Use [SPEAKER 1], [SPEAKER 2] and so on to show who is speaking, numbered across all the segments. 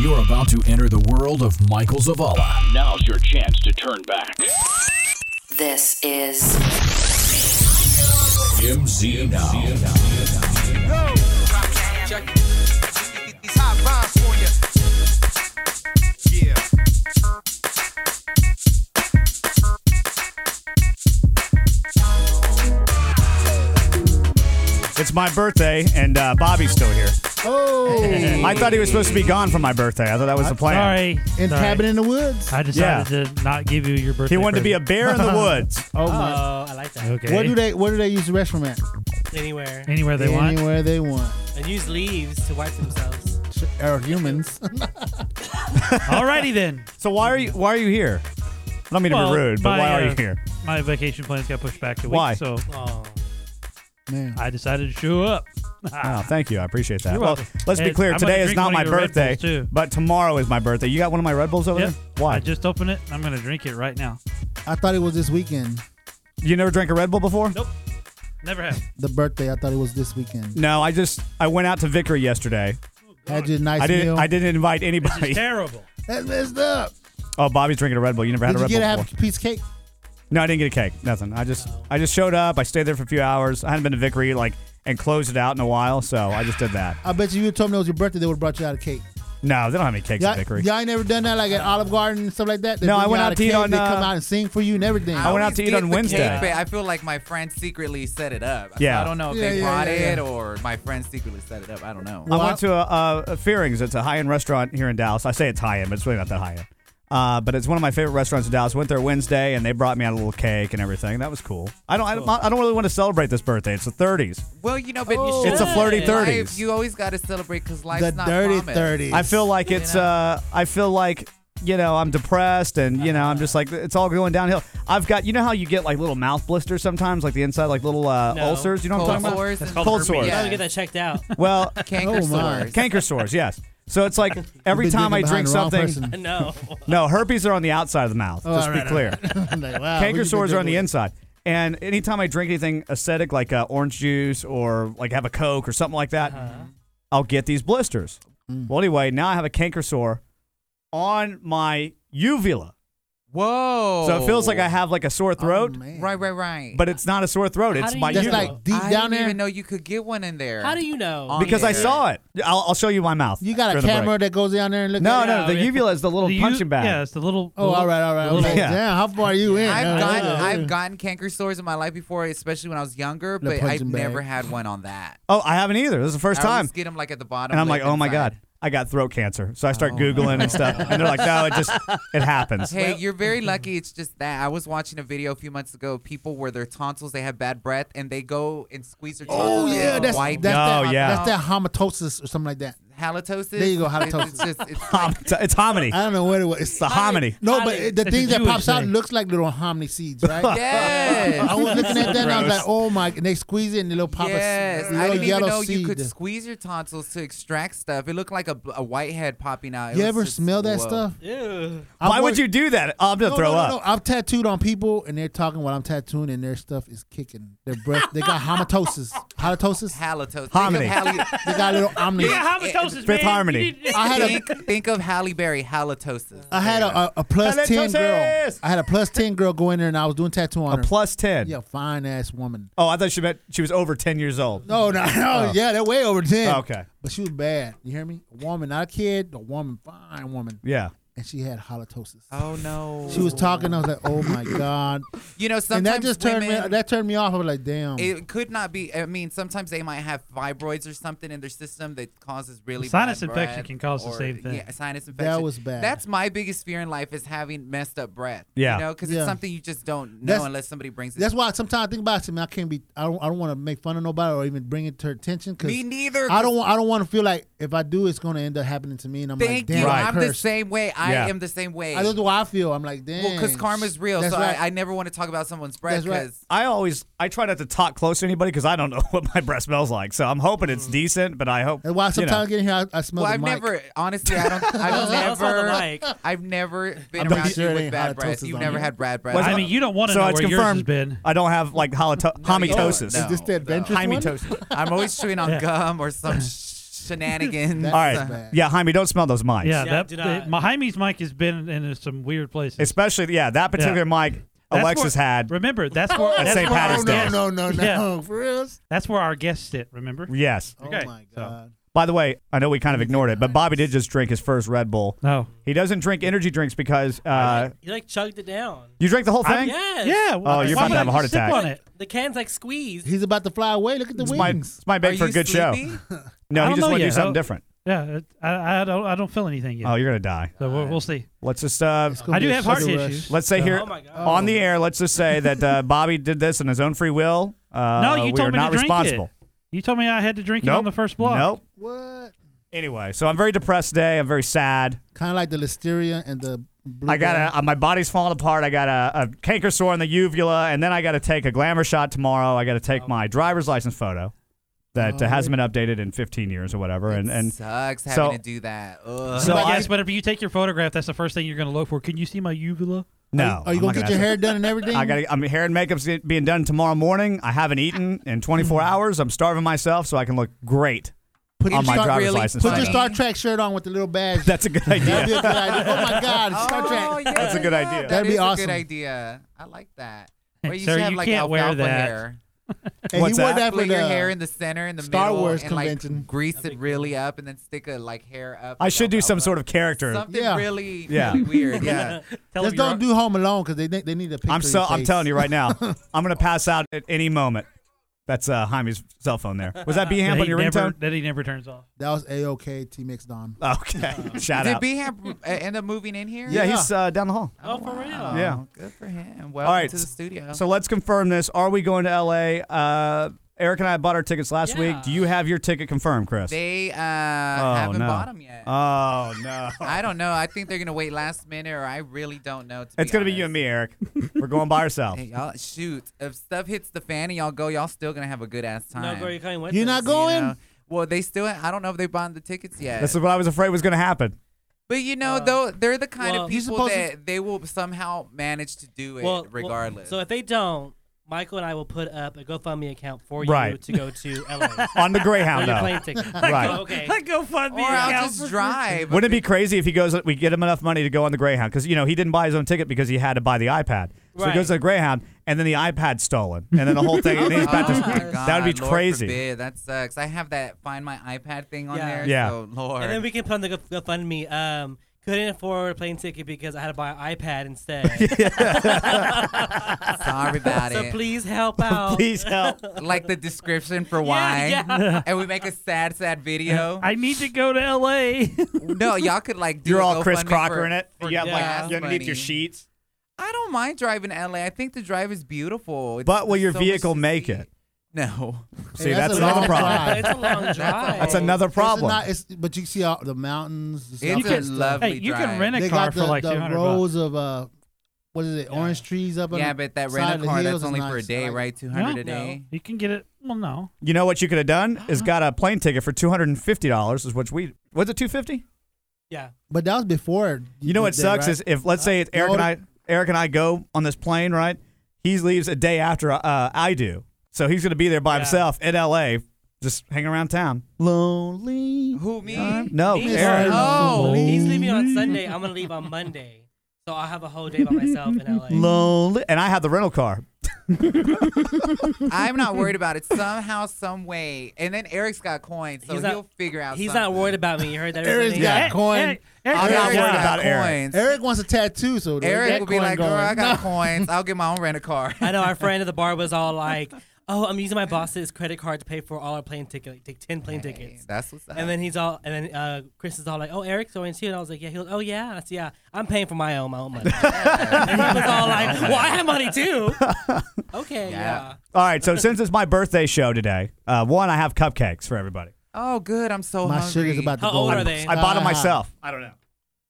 [SPEAKER 1] You're about to enter the world of Michael Zavala.
[SPEAKER 2] Now's your chance to turn back.
[SPEAKER 3] This is
[SPEAKER 1] MZ Now.
[SPEAKER 4] Check it. These hot rhymes for ya. Yeah.
[SPEAKER 5] It's my birthday, and uh, Bobby's still here.
[SPEAKER 6] Oh,
[SPEAKER 5] I thought he was supposed to be gone for my birthday. I thought that was the plan.
[SPEAKER 7] Sorry.
[SPEAKER 6] in
[SPEAKER 7] Sorry.
[SPEAKER 6] cabin in the woods.
[SPEAKER 5] Oh,
[SPEAKER 7] I decided to not give you your birthday.
[SPEAKER 5] He wanted to be a
[SPEAKER 7] present.
[SPEAKER 5] bear in the woods.
[SPEAKER 6] Oh
[SPEAKER 8] Oh,
[SPEAKER 6] my!
[SPEAKER 8] I like that.
[SPEAKER 7] Okay.
[SPEAKER 6] Where do they Where do they use the restroom at?
[SPEAKER 8] Anywhere.
[SPEAKER 7] Anywhere they want.
[SPEAKER 6] Anywhere they want.
[SPEAKER 8] And use leaves to wipe themselves.
[SPEAKER 6] Or humans.
[SPEAKER 7] Alrighty then.
[SPEAKER 5] So why are you Why are you here? I don't mean
[SPEAKER 7] Well,
[SPEAKER 5] to be rude, but
[SPEAKER 7] my,
[SPEAKER 5] why are
[SPEAKER 7] uh,
[SPEAKER 5] you here?
[SPEAKER 7] My vacation plans got pushed back a week,
[SPEAKER 5] Why?
[SPEAKER 7] so
[SPEAKER 8] Oh.
[SPEAKER 6] Man.
[SPEAKER 7] I decided to show up.
[SPEAKER 5] Oh, thank you. I appreciate that.
[SPEAKER 7] You're
[SPEAKER 5] Well,
[SPEAKER 7] welcome.
[SPEAKER 5] let's be
[SPEAKER 7] And
[SPEAKER 5] clear.
[SPEAKER 7] I'm
[SPEAKER 5] Today
[SPEAKER 7] gonna
[SPEAKER 5] is
[SPEAKER 7] drink
[SPEAKER 5] not
[SPEAKER 7] one
[SPEAKER 5] my
[SPEAKER 7] of your Red
[SPEAKER 5] birthday,
[SPEAKER 7] Bulls, too.
[SPEAKER 5] but tomorrow is my birthday. You got one of my Red Bulls over
[SPEAKER 7] Yep.
[SPEAKER 5] there? Why?
[SPEAKER 7] I just opened it. I'm gonna drink it right now.
[SPEAKER 6] I thought it was this weekend.
[SPEAKER 5] you never drank a Red Bull before?
[SPEAKER 7] Nope. Never have.
[SPEAKER 6] The birthday. I thought it was this weekend.
[SPEAKER 5] No, I just I went out to Vicar yesterday.
[SPEAKER 6] Had you a nice
[SPEAKER 5] I didn't
[SPEAKER 6] meal.
[SPEAKER 5] I didn't invite
[SPEAKER 7] It's
[SPEAKER 5] anybody.
[SPEAKER 7] terrible.
[SPEAKER 6] That's messed up.
[SPEAKER 5] Oh, Bobby's drinking a Red Bull. You never had
[SPEAKER 6] Did
[SPEAKER 5] a
[SPEAKER 6] you
[SPEAKER 5] Red
[SPEAKER 6] get
[SPEAKER 5] Bull
[SPEAKER 6] a half
[SPEAKER 5] before.
[SPEAKER 6] piece cake?
[SPEAKER 5] No, I didn't get a cake. Nothing. I just I just showed up. I stayed there for a few hours. I hadn't been to Vickery like and closed it out in a while, so I just did that.
[SPEAKER 6] I bet you if you told me it was your birthday, they would have brought you out a cake.
[SPEAKER 5] No, they don't have any cakes at
[SPEAKER 6] Y'all,
[SPEAKER 5] Vickery.
[SPEAKER 6] y'all ain't never done that like at Olive Garden and stuff like that. They
[SPEAKER 5] No,
[SPEAKER 6] bring
[SPEAKER 5] I went
[SPEAKER 6] you
[SPEAKER 5] out
[SPEAKER 6] a
[SPEAKER 5] to eat
[SPEAKER 6] cake,
[SPEAKER 5] on,
[SPEAKER 6] They
[SPEAKER 5] uh,
[SPEAKER 6] come out and sing for you and everything.
[SPEAKER 5] I went out
[SPEAKER 4] always
[SPEAKER 5] to eat
[SPEAKER 4] get
[SPEAKER 5] on
[SPEAKER 4] the
[SPEAKER 5] Wednesday.
[SPEAKER 4] cake, but I feel like my friend secretly set it up. So
[SPEAKER 5] Yeah.
[SPEAKER 4] I don't know if
[SPEAKER 6] Yeah,
[SPEAKER 4] they
[SPEAKER 6] yeah,
[SPEAKER 4] brought
[SPEAKER 6] yeah, yeah.
[SPEAKER 4] it or my friend secretly set it up. I don't know.
[SPEAKER 6] Well,
[SPEAKER 5] I went to a, a, a Fearings. It's a high end restaurant here in Dallas. I say it's high end, but it's really not that high end. Uh, but it's one of my favorite restaurants in Dallas. Went there Wednesday, and they brought me out a little cake and everything. That was cool. I don't, I don't, I don't really want to celebrate this birthday. It's the 30s.
[SPEAKER 4] Well, you know, but
[SPEAKER 6] Oh.
[SPEAKER 4] you
[SPEAKER 5] It's a
[SPEAKER 4] should.
[SPEAKER 5] flirty
[SPEAKER 4] Life,
[SPEAKER 5] 30s.
[SPEAKER 4] you always got to celebrate because life's
[SPEAKER 6] the
[SPEAKER 4] not
[SPEAKER 6] dirty
[SPEAKER 4] promised.
[SPEAKER 6] thirties.
[SPEAKER 5] I feel like it's, uh, I feel like, you know, I'm depressed, and you know, I'm just like it's all going downhill. I've got, you know, how you get like little mouth blisters sometimes, like the inside, like little uh,
[SPEAKER 8] No.
[SPEAKER 5] ulcers. You know what I'm
[SPEAKER 4] Cold
[SPEAKER 5] talking
[SPEAKER 4] sores
[SPEAKER 5] about?
[SPEAKER 4] and-
[SPEAKER 5] Cold
[SPEAKER 7] herpes.
[SPEAKER 5] sores.
[SPEAKER 4] Yeah.
[SPEAKER 8] Got to get that checked out.
[SPEAKER 5] Well,
[SPEAKER 4] Canker
[SPEAKER 6] Oh, my.
[SPEAKER 4] sores.
[SPEAKER 5] canker sores. Yes. So it's like every
[SPEAKER 6] You've been
[SPEAKER 5] time I
[SPEAKER 6] digging
[SPEAKER 5] drink
[SPEAKER 6] behind the wrong
[SPEAKER 5] something.
[SPEAKER 6] person.
[SPEAKER 8] no.
[SPEAKER 5] No, herpes are on the outside of the mouth.
[SPEAKER 6] Oh,
[SPEAKER 5] just
[SPEAKER 6] all
[SPEAKER 5] be
[SPEAKER 6] right, all
[SPEAKER 5] clear.
[SPEAKER 6] I'm like, wow, Uh, we
[SPEAKER 5] Canker
[SPEAKER 6] could
[SPEAKER 5] sores
[SPEAKER 6] do
[SPEAKER 5] are on the
[SPEAKER 6] good.
[SPEAKER 5] inside. And anytime I drink anything acidic, like uh, orange juice or like have a Coke or something like that,
[SPEAKER 6] Uh-huh.
[SPEAKER 5] I'll get these blisters.
[SPEAKER 6] Mm.
[SPEAKER 5] Well, anyway, now I have a canker sore on my uvula.
[SPEAKER 4] Whoa.
[SPEAKER 5] So it feels like I have like a sore throat,
[SPEAKER 6] Oh, man.
[SPEAKER 4] Right, right, right.
[SPEAKER 5] but it's not a sore throat.
[SPEAKER 8] How
[SPEAKER 5] It's
[SPEAKER 8] do
[SPEAKER 5] my
[SPEAKER 8] you know?
[SPEAKER 6] That's
[SPEAKER 5] uvula.
[SPEAKER 6] like deep
[SPEAKER 4] I
[SPEAKER 6] down
[SPEAKER 4] didn't
[SPEAKER 6] there.
[SPEAKER 4] even know you could get one in there.
[SPEAKER 8] How do you know?
[SPEAKER 4] On
[SPEAKER 5] because I
[SPEAKER 4] there.
[SPEAKER 5] saw it. I'll, I'll show you my mouth.
[SPEAKER 6] You got a
[SPEAKER 5] during the break.
[SPEAKER 6] camera that goes down there and look.
[SPEAKER 5] No,
[SPEAKER 6] at it?
[SPEAKER 5] no, the
[SPEAKER 7] Yeah,
[SPEAKER 5] uvula is the little
[SPEAKER 7] Do you-
[SPEAKER 5] punching bag.
[SPEAKER 7] Yeah, it's the little.
[SPEAKER 6] Oh, all right, all right.
[SPEAKER 7] Little-
[SPEAKER 6] okay.
[SPEAKER 5] Yeah.
[SPEAKER 6] Damn, how far are you in?
[SPEAKER 4] I've
[SPEAKER 6] Uh,
[SPEAKER 4] gotten
[SPEAKER 6] uh,
[SPEAKER 4] I've gotten canker sores in my life before, especially when I was younger,
[SPEAKER 6] The
[SPEAKER 4] but I've
[SPEAKER 6] punching bag.
[SPEAKER 4] never had one on that.
[SPEAKER 5] Oh, I haven't either. This is the first
[SPEAKER 4] I
[SPEAKER 5] time.
[SPEAKER 4] always get them like at the bottom.
[SPEAKER 5] and I'm like,
[SPEAKER 4] lip
[SPEAKER 5] oh my
[SPEAKER 4] inside.
[SPEAKER 5] god, I got throat cancer. So I start
[SPEAKER 6] Oh,
[SPEAKER 5] googling and stuff, and they're like, no, it just it happens.
[SPEAKER 4] Hey, you're very
[SPEAKER 6] mm-hmm.
[SPEAKER 4] lucky. It's just that I was watching a video a few months ago. Of people where their tonsils, they have bad breath, and they go and squeeze their tonsils.
[SPEAKER 6] Oh
[SPEAKER 4] and
[SPEAKER 6] yeah, that's
[SPEAKER 4] wipe
[SPEAKER 6] that's,
[SPEAKER 4] it
[SPEAKER 5] No,
[SPEAKER 6] that,
[SPEAKER 4] out.
[SPEAKER 5] Oh, yeah.
[SPEAKER 6] that's that homitosis or something like that.
[SPEAKER 4] halitosis.
[SPEAKER 6] There you go,
[SPEAKER 4] It's-
[SPEAKER 6] halitosis.
[SPEAKER 4] It's, just, it's
[SPEAKER 5] Hom-
[SPEAKER 4] like,
[SPEAKER 5] it's it's hominy.
[SPEAKER 6] I don't know what it was. It's
[SPEAKER 5] It's the hominy.
[SPEAKER 6] no, but
[SPEAKER 8] Hominy.
[SPEAKER 6] it, the
[SPEAKER 7] It's a
[SPEAKER 6] thing that
[SPEAKER 7] Jewish
[SPEAKER 6] pops out
[SPEAKER 7] thing.
[SPEAKER 6] looks like little hominy seeds, right?
[SPEAKER 4] yes.
[SPEAKER 6] I was looking at that and I was
[SPEAKER 5] Gross.
[SPEAKER 6] like, oh my! And they squeeze it and the little pop
[SPEAKER 4] Yes,
[SPEAKER 6] a
[SPEAKER 4] I
[SPEAKER 6] little
[SPEAKER 4] didn't even
[SPEAKER 6] yellow
[SPEAKER 4] know
[SPEAKER 6] seed.
[SPEAKER 4] you could squeeze your tonsils to extract stuff. It looked like a, a white head popping out. It
[SPEAKER 6] You
[SPEAKER 4] was
[SPEAKER 6] ever
[SPEAKER 4] just-
[SPEAKER 6] smell that
[SPEAKER 4] whoa.
[SPEAKER 6] stuff?
[SPEAKER 8] Ew.
[SPEAKER 6] I've
[SPEAKER 5] Why would
[SPEAKER 6] worked-
[SPEAKER 5] you do that? Oh, I'm gonna
[SPEAKER 6] No,
[SPEAKER 5] throw
[SPEAKER 6] no,
[SPEAKER 5] up.
[SPEAKER 6] no, no. I've tattooed on people and they're talking while I'm tattooing and their stuff is kicking. Their breath, they got homitosis. Halitosis?
[SPEAKER 4] Halitosis.
[SPEAKER 5] Hominy.
[SPEAKER 4] Think of,
[SPEAKER 6] They got a little omni.
[SPEAKER 8] Halitosis,
[SPEAKER 5] Fifth
[SPEAKER 8] man.
[SPEAKER 5] Harmony.
[SPEAKER 8] You need-
[SPEAKER 6] I had a
[SPEAKER 4] Halli- think of Halle Berry, halitosis.
[SPEAKER 6] I had a, a, a plus ten girl.
[SPEAKER 5] Halitosis!
[SPEAKER 6] I had a plus ten girl go in there, and I was doing tattoo on
[SPEAKER 5] A
[SPEAKER 6] her.
[SPEAKER 5] plus ten.
[SPEAKER 6] yeah, fine ass woman.
[SPEAKER 5] Oh, I thought she meant she was over ten years old.
[SPEAKER 6] No, no,
[SPEAKER 4] Oh.
[SPEAKER 6] no. Yeah, they're way over ten.
[SPEAKER 5] Okay.
[SPEAKER 6] but she was bad. You hear me? A woman, not a kid. A woman, fine woman,
[SPEAKER 5] Yeah.
[SPEAKER 6] and she had halitosis.
[SPEAKER 4] Oh no.
[SPEAKER 6] She was talking. I was like, oh my god.
[SPEAKER 4] You know,
[SPEAKER 6] and
[SPEAKER 4] sometimes
[SPEAKER 6] that just turned
[SPEAKER 4] women,
[SPEAKER 6] me. That turned me off. I was like, damn.
[SPEAKER 4] It could not be. I mean, sometimes they might have fibroids or something in their system that causes really
[SPEAKER 7] Sinus
[SPEAKER 4] bad
[SPEAKER 7] infection
[SPEAKER 4] breath
[SPEAKER 7] can cause the
[SPEAKER 4] or-
[SPEAKER 7] same thing.
[SPEAKER 4] Yeah, sinus infection.
[SPEAKER 6] was bad.
[SPEAKER 4] That's my biggest fear in life is having messed up breath.
[SPEAKER 5] Yeah.
[SPEAKER 4] you know, because
[SPEAKER 6] Yeah.
[SPEAKER 4] it's something you just don't know
[SPEAKER 6] That's-
[SPEAKER 4] unless somebody brings it.
[SPEAKER 6] That's why sometimes I think about it. Man, I can't be. I don't. I don't want to make fun of nobody or even bring it to her attention. Cause
[SPEAKER 4] me neither.
[SPEAKER 6] I don't. want. I don't want to feel like if I do, it's going to end up happening to me. And I'm like,
[SPEAKER 4] Thank
[SPEAKER 6] damn,
[SPEAKER 4] you.
[SPEAKER 6] I'm
[SPEAKER 4] I'm the
[SPEAKER 6] cursed.
[SPEAKER 4] same way. I
[SPEAKER 5] Yeah.
[SPEAKER 4] am the same way.
[SPEAKER 6] I don't know how I feel. I'm like, damn.
[SPEAKER 4] well, because karma's real,
[SPEAKER 6] That's
[SPEAKER 4] so
[SPEAKER 6] right.
[SPEAKER 4] I, I never want to talk about someone's breath.
[SPEAKER 6] That's right.
[SPEAKER 4] Because
[SPEAKER 5] I always I try not to talk close to anybody because I don't know what my breath smells like. So I'm hoping it's decent, but I hope.
[SPEAKER 6] That's Mm. why
[SPEAKER 5] you know.
[SPEAKER 6] sometimes getting here, I, I smell
[SPEAKER 4] well,
[SPEAKER 6] the
[SPEAKER 4] I've
[SPEAKER 6] mic.
[SPEAKER 4] never, honestly, I don't, I've
[SPEAKER 8] That's on the
[SPEAKER 4] never,
[SPEAKER 8] mic.
[SPEAKER 4] I've never been
[SPEAKER 6] I'm
[SPEAKER 4] around
[SPEAKER 6] sure
[SPEAKER 4] you
[SPEAKER 6] it
[SPEAKER 4] with
[SPEAKER 6] ain't
[SPEAKER 4] bad
[SPEAKER 6] halitosis
[SPEAKER 4] breath. You've
[SPEAKER 6] on
[SPEAKER 4] never
[SPEAKER 6] you.
[SPEAKER 4] had bad breath.
[SPEAKER 5] What's
[SPEAKER 7] I
[SPEAKER 5] it-
[SPEAKER 7] mean, you don't want to
[SPEAKER 5] so
[SPEAKER 7] know
[SPEAKER 5] it's
[SPEAKER 7] where yours
[SPEAKER 5] confirmed.
[SPEAKER 7] has been.
[SPEAKER 5] I don't have like holito-
[SPEAKER 4] No, you don't.
[SPEAKER 5] homitosis.
[SPEAKER 6] Is this the adventurous one?
[SPEAKER 5] Hymitosis.
[SPEAKER 4] I'm always chewing on
[SPEAKER 7] Yeah.
[SPEAKER 4] gum or some. sh- shenanigans.
[SPEAKER 6] That-
[SPEAKER 5] All right.
[SPEAKER 6] That's bad.
[SPEAKER 5] Yeah, Jaime, don't smell those mics.
[SPEAKER 7] Yeah,
[SPEAKER 8] Yeah,
[SPEAKER 7] that,
[SPEAKER 8] do not.
[SPEAKER 7] it- my Jaime's mic has been in some weird places.
[SPEAKER 5] Especially, yeah, that particular mic
[SPEAKER 7] That's
[SPEAKER 5] Alexis
[SPEAKER 7] where-
[SPEAKER 5] had.
[SPEAKER 7] Remember, that's where that's
[SPEAKER 5] St.
[SPEAKER 7] where our
[SPEAKER 5] Patty's
[SPEAKER 6] No,
[SPEAKER 5] Day.
[SPEAKER 7] guest-
[SPEAKER 6] no, no, no, no.
[SPEAKER 7] Yeah.
[SPEAKER 6] For real?
[SPEAKER 7] That's where our guests sit. Remember?
[SPEAKER 5] Yes.
[SPEAKER 7] Okay,
[SPEAKER 6] oh, my
[SPEAKER 7] so-
[SPEAKER 6] God.
[SPEAKER 5] By the way, I know we kind of ignored it, but Bobby did just drink his first Red Bull.
[SPEAKER 7] No.
[SPEAKER 5] He doesn't drink energy drinks because uh,
[SPEAKER 8] you like chugged it down.
[SPEAKER 5] you drank the whole
[SPEAKER 7] I'm-
[SPEAKER 5] thing.
[SPEAKER 8] Yes.
[SPEAKER 7] Yeah.
[SPEAKER 5] Oh, you're about to have a heart attack.
[SPEAKER 7] On it.
[SPEAKER 8] The can's like squeezed.
[SPEAKER 6] He's about to fly away. Look at the
[SPEAKER 5] It's my,
[SPEAKER 6] wings.
[SPEAKER 5] it's my
[SPEAKER 4] Are
[SPEAKER 5] bait for a
[SPEAKER 4] you
[SPEAKER 5] good show.
[SPEAKER 4] sleepy?
[SPEAKER 5] No, he
[SPEAKER 7] I don't
[SPEAKER 5] just
[SPEAKER 7] know
[SPEAKER 5] want to do
[SPEAKER 7] yet.
[SPEAKER 5] something
[SPEAKER 7] I'll-
[SPEAKER 5] different.
[SPEAKER 7] Yeah. it- I, I don't. I don't feel anything yet.
[SPEAKER 5] Oh, you're gonna die.
[SPEAKER 7] so we'll, we'll see.
[SPEAKER 5] Let's just uh,
[SPEAKER 7] I do have heart issues.
[SPEAKER 5] let's say here
[SPEAKER 8] Oh my god.
[SPEAKER 5] on the air. Let's just say that uh, Bobby did this on his own free will. Uh,
[SPEAKER 7] No, you
[SPEAKER 5] we
[SPEAKER 7] told
[SPEAKER 5] are
[SPEAKER 7] me to
[SPEAKER 5] not
[SPEAKER 7] drink it.
[SPEAKER 5] responsible.
[SPEAKER 7] You told me I had to drink it
[SPEAKER 5] Nope.
[SPEAKER 7] on the first block.
[SPEAKER 5] Nope.
[SPEAKER 6] What?
[SPEAKER 5] Anyway, so I'm very depressed today. I'm very sad.
[SPEAKER 6] Kind of like the listeria and the. Blue
[SPEAKER 5] I got a, uh, my body's falling apart. I got a, a canker sore in the uvula, and then I got to take a glamour shot tomorrow. I got to take my driver's license photo that uh, hasn't been updated in 15 years or whatever. And, and
[SPEAKER 4] sucks having
[SPEAKER 5] so-
[SPEAKER 4] to do that. Ugh.
[SPEAKER 5] So
[SPEAKER 7] So
[SPEAKER 5] I-
[SPEAKER 7] yes, but if you take your photograph, that's the first thing you're going to look for. Can you see my uvula?
[SPEAKER 5] no,
[SPEAKER 6] Are you
[SPEAKER 5] I'm
[SPEAKER 6] gonna
[SPEAKER 5] not
[SPEAKER 6] get
[SPEAKER 5] gonna
[SPEAKER 6] your
[SPEAKER 5] ask
[SPEAKER 6] hair done and
[SPEAKER 5] it.
[SPEAKER 6] everything?
[SPEAKER 5] I got. I'm hair and makeup's being done tomorrow morning. I haven't eaten in 24
[SPEAKER 6] Hmm.
[SPEAKER 5] hours. I'm starving myself so I can look great
[SPEAKER 6] put
[SPEAKER 5] on
[SPEAKER 6] your
[SPEAKER 5] my
[SPEAKER 6] Star-
[SPEAKER 5] driver's
[SPEAKER 4] really
[SPEAKER 5] license.
[SPEAKER 6] Put your
[SPEAKER 5] photo.
[SPEAKER 6] Star Trek shirt on with the little badge.
[SPEAKER 5] That's a good
[SPEAKER 6] That'd be a
[SPEAKER 5] idea.
[SPEAKER 6] good idea. Oh my God, it's Star Trek.
[SPEAKER 4] Oh, yeah,
[SPEAKER 5] That's a good
[SPEAKER 4] yeah,
[SPEAKER 5] idea.
[SPEAKER 4] that
[SPEAKER 6] That'd be
[SPEAKER 4] is
[SPEAKER 6] awesome.
[SPEAKER 4] A good idea. I like that. Or you
[SPEAKER 7] Sir,
[SPEAKER 4] should have
[SPEAKER 7] you
[SPEAKER 4] like
[SPEAKER 7] can't wear
[SPEAKER 4] alfalfa
[SPEAKER 7] that.
[SPEAKER 4] hair.
[SPEAKER 6] And
[SPEAKER 5] What's
[SPEAKER 6] he wore
[SPEAKER 5] that?
[SPEAKER 6] that for
[SPEAKER 4] Split your
[SPEAKER 6] the-
[SPEAKER 4] hair in the center, in the
[SPEAKER 6] Star
[SPEAKER 4] middle,
[SPEAKER 6] Wars
[SPEAKER 4] and
[SPEAKER 6] convention.
[SPEAKER 4] like grease it really up, and then stick a like hair up.
[SPEAKER 5] I should do some sort of character.
[SPEAKER 4] something
[SPEAKER 6] Yeah.
[SPEAKER 4] really,
[SPEAKER 5] Yeah.
[SPEAKER 4] really weird.
[SPEAKER 5] Yeah.
[SPEAKER 4] Yeah.
[SPEAKER 6] Just
[SPEAKER 7] Tell them you're-
[SPEAKER 6] don't do Home Alone because they they need a picture.
[SPEAKER 5] I'm so.
[SPEAKER 6] Of your
[SPEAKER 5] I'm
[SPEAKER 6] face.
[SPEAKER 5] telling you right now. I'm gonna pass out at any moment. That's uh, Jaime's cell phone. There was that B
[SPEAKER 7] that
[SPEAKER 5] Ham on
[SPEAKER 7] he
[SPEAKER 5] your
[SPEAKER 7] never,
[SPEAKER 5] ringtone.
[SPEAKER 7] that he never turns off.
[SPEAKER 6] That was a okay. T Mix Don.
[SPEAKER 5] Okay. Shout
[SPEAKER 4] Did
[SPEAKER 5] out.
[SPEAKER 4] Beham uh, end up moving in here?
[SPEAKER 5] yeah, he's uh, down the hall.
[SPEAKER 8] Oh, for real.
[SPEAKER 4] Wow.
[SPEAKER 5] Yeah.
[SPEAKER 4] Good for him. Welcome
[SPEAKER 5] All right.
[SPEAKER 4] to the studio.
[SPEAKER 5] So let's confirm this. Are we going to LA? Uh, Eric and I bought our tickets last
[SPEAKER 8] Yeah.
[SPEAKER 5] week. Do you have your ticket confirmed, Chris?
[SPEAKER 4] they uh,
[SPEAKER 5] oh,
[SPEAKER 4] haven't
[SPEAKER 5] no.
[SPEAKER 4] bought him yet.
[SPEAKER 5] Oh no.
[SPEAKER 4] I don't know. I think they're gonna wait last minute, or I really don't know. To
[SPEAKER 5] It's
[SPEAKER 4] be
[SPEAKER 5] gonna be you and me, Eric.
[SPEAKER 4] honest.
[SPEAKER 5] We're going by ourselves.
[SPEAKER 4] Hey, y'all, shoot. If stuff hits the fan and y'all go, y'all still gonna have a good ass time.
[SPEAKER 8] No, girl, you're coming with
[SPEAKER 6] You're
[SPEAKER 8] us.
[SPEAKER 6] not going?
[SPEAKER 4] You know? Well, they still. I don't know if they bought the tickets yet.
[SPEAKER 5] This is what I was afraid was gonna happen.
[SPEAKER 4] but you know,
[SPEAKER 8] Uh,
[SPEAKER 4] though, they're the kind
[SPEAKER 8] well-
[SPEAKER 4] of
[SPEAKER 8] You're
[SPEAKER 4] people
[SPEAKER 6] supposed to-
[SPEAKER 4] that they will somehow manage to do it regardless.
[SPEAKER 8] so if they don't, Michael and I will put up a GoFundMe account for you
[SPEAKER 5] Right.
[SPEAKER 8] to go to LA.
[SPEAKER 5] On the
[SPEAKER 8] on
[SPEAKER 5] Greyhound
[SPEAKER 8] your
[SPEAKER 5] though.
[SPEAKER 8] plane ticket.
[SPEAKER 5] Right.
[SPEAKER 8] Go- Okay.
[SPEAKER 4] or I'll just drive.
[SPEAKER 5] Wouldn't it be crazy if he goes? We get him enough money to go on the Greyhound because you know he didn't buy his own ticket because he had to buy the iPad. So he
[SPEAKER 8] Right.
[SPEAKER 5] goes to the Greyhound and then the iPad's stolen and then the whole thing. and he's about to,
[SPEAKER 4] Oh my God,
[SPEAKER 5] that would be
[SPEAKER 4] Lord
[SPEAKER 5] crazy.
[SPEAKER 4] forbid. That sucks. I have that find my iPad thing on
[SPEAKER 8] Yeah.
[SPEAKER 4] there.
[SPEAKER 5] Yeah.
[SPEAKER 4] So, Lord.
[SPEAKER 8] And then we can put on the Go- GoFundMe. Um, couldn't afford a plane ticket because I had to buy an iPad instead.
[SPEAKER 4] Sorry about
[SPEAKER 8] so
[SPEAKER 4] it.
[SPEAKER 8] please help out.
[SPEAKER 5] Please help.
[SPEAKER 4] Like the description for why.
[SPEAKER 8] yeah.
[SPEAKER 4] And we make a sad, sad video.
[SPEAKER 7] I need to go to L.A.
[SPEAKER 4] no, y'all could like do
[SPEAKER 5] You're
[SPEAKER 4] a
[SPEAKER 5] all Chris
[SPEAKER 4] GoFundMe for-
[SPEAKER 5] Crocker in it.
[SPEAKER 4] for
[SPEAKER 5] You have
[SPEAKER 4] gas
[SPEAKER 5] like you underneath
[SPEAKER 4] money.
[SPEAKER 5] your sheets.
[SPEAKER 4] I don't mind driving to LA. I think the drive is beautiful. It's
[SPEAKER 5] But will
[SPEAKER 4] there's
[SPEAKER 5] your
[SPEAKER 4] so much
[SPEAKER 5] vehicle
[SPEAKER 4] to
[SPEAKER 5] make
[SPEAKER 4] see.
[SPEAKER 5] it?
[SPEAKER 4] No.
[SPEAKER 5] See,
[SPEAKER 6] Hey, that's
[SPEAKER 5] that's
[SPEAKER 6] a
[SPEAKER 5] another
[SPEAKER 6] long
[SPEAKER 5] problem.
[SPEAKER 6] drive.
[SPEAKER 8] it's a long drive.
[SPEAKER 5] That's another problem.
[SPEAKER 6] It's not, it's, but you see all the mountains. the
[SPEAKER 4] It's
[SPEAKER 6] stuff.
[SPEAKER 4] a lovely
[SPEAKER 7] hey, you
[SPEAKER 4] drive.
[SPEAKER 7] can rent a
[SPEAKER 6] They
[SPEAKER 7] car
[SPEAKER 6] got
[SPEAKER 7] for
[SPEAKER 6] the,
[SPEAKER 7] like two
[SPEAKER 6] the
[SPEAKER 7] hundred bucks.
[SPEAKER 6] rows of uh, what is it? Orange trees up. on
[SPEAKER 4] yeah,
[SPEAKER 6] the
[SPEAKER 4] but that
[SPEAKER 6] side
[SPEAKER 4] rent
[SPEAKER 6] of
[SPEAKER 4] a
[SPEAKER 6] the
[SPEAKER 4] car
[SPEAKER 6] hills
[SPEAKER 4] that's
[SPEAKER 6] is
[SPEAKER 4] only
[SPEAKER 6] nice.
[SPEAKER 4] for a day,
[SPEAKER 6] I like
[SPEAKER 4] right? Two hundred
[SPEAKER 7] No,
[SPEAKER 4] a day.
[SPEAKER 7] You can get it. Well, no.
[SPEAKER 5] You know what you could have done is got a plane ticket for two hundred and fifty dollars, is what we was it two fifty?
[SPEAKER 8] Yeah.
[SPEAKER 6] But that was before.
[SPEAKER 5] You know
[SPEAKER 6] the
[SPEAKER 5] what
[SPEAKER 6] day,
[SPEAKER 5] sucks
[SPEAKER 6] right?
[SPEAKER 5] is if let's say it's Eric and I Eric and I go on this plane, right? He leaves a day after uh, I do, so he's gonna be there by
[SPEAKER 8] Yeah.
[SPEAKER 5] himself in L.A. Just hanging around town. Lonely.
[SPEAKER 4] Who me?
[SPEAKER 5] time. No,
[SPEAKER 8] He's-
[SPEAKER 5] Eric.
[SPEAKER 4] Oh.
[SPEAKER 8] He's leaving on Sunday. I'm gonna leave on Monday, so I'll have a whole day by myself in LA.
[SPEAKER 5] Lonely. And I have the rental car.
[SPEAKER 4] I'm not worried about it. Somehow, some way. And then Eric's got coins, so
[SPEAKER 8] He's not-
[SPEAKER 4] he'll figure out
[SPEAKER 8] He's
[SPEAKER 4] something.
[SPEAKER 8] not worried about me. You heard that?
[SPEAKER 6] Aaron's
[SPEAKER 8] everybody?
[SPEAKER 6] got
[SPEAKER 7] Eric-
[SPEAKER 6] coin.
[SPEAKER 7] Eric- Eric's
[SPEAKER 5] I'm not
[SPEAKER 4] Eric's
[SPEAKER 7] got
[SPEAKER 5] worried
[SPEAKER 7] coins.
[SPEAKER 4] got
[SPEAKER 5] about Eric.
[SPEAKER 4] coins.
[SPEAKER 6] Eric wants a tattoo, so there's
[SPEAKER 4] Eric
[SPEAKER 6] that
[SPEAKER 4] will be
[SPEAKER 6] coin
[SPEAKER 4] like,
[SPEAKER 6] going.
[SPEAKER 4] girl, I got coins. I'll get my own rental car.
[SPEAKER 8] I know our friend at the bar was all like, "Oh, I'm using my boss's credit card to pay for all our plane ticket, like, take ten plane
[SPEAKER 4] Hey,
[SPEAKER 8] tickets."
[SPEAKER 4] That's what's up.
[SPEAKER 8] And then he's all, and then uh, Chris is all like, "Oh, Eric's going too," and I was like, "Yeah." He was, "Oh yeah, I said, yeah, I'm paying for my own, my own money." and he was all like, "Well, I have money too." okay, yeah.
[SPEAKER 5] All right. So since it's my birthday show today, uh, one I have cupcakes for everybody.
[SPEAKER 4] oh, good. I'm so
[SPEAKER 6] My
[SPEAKER 4] hungry.
[SPEAKER 6] sugar's about to
[SPEAKER 8] How
[SPEAKER 6] go.
[SPEAKER 8] old are
[SPEAKER 6] up.
[SPEAKER 8] they?
[SPEAKER 5] I bought them
[SPEAKER 6] Ah.
[SPEAKER 5] myself. I don't know.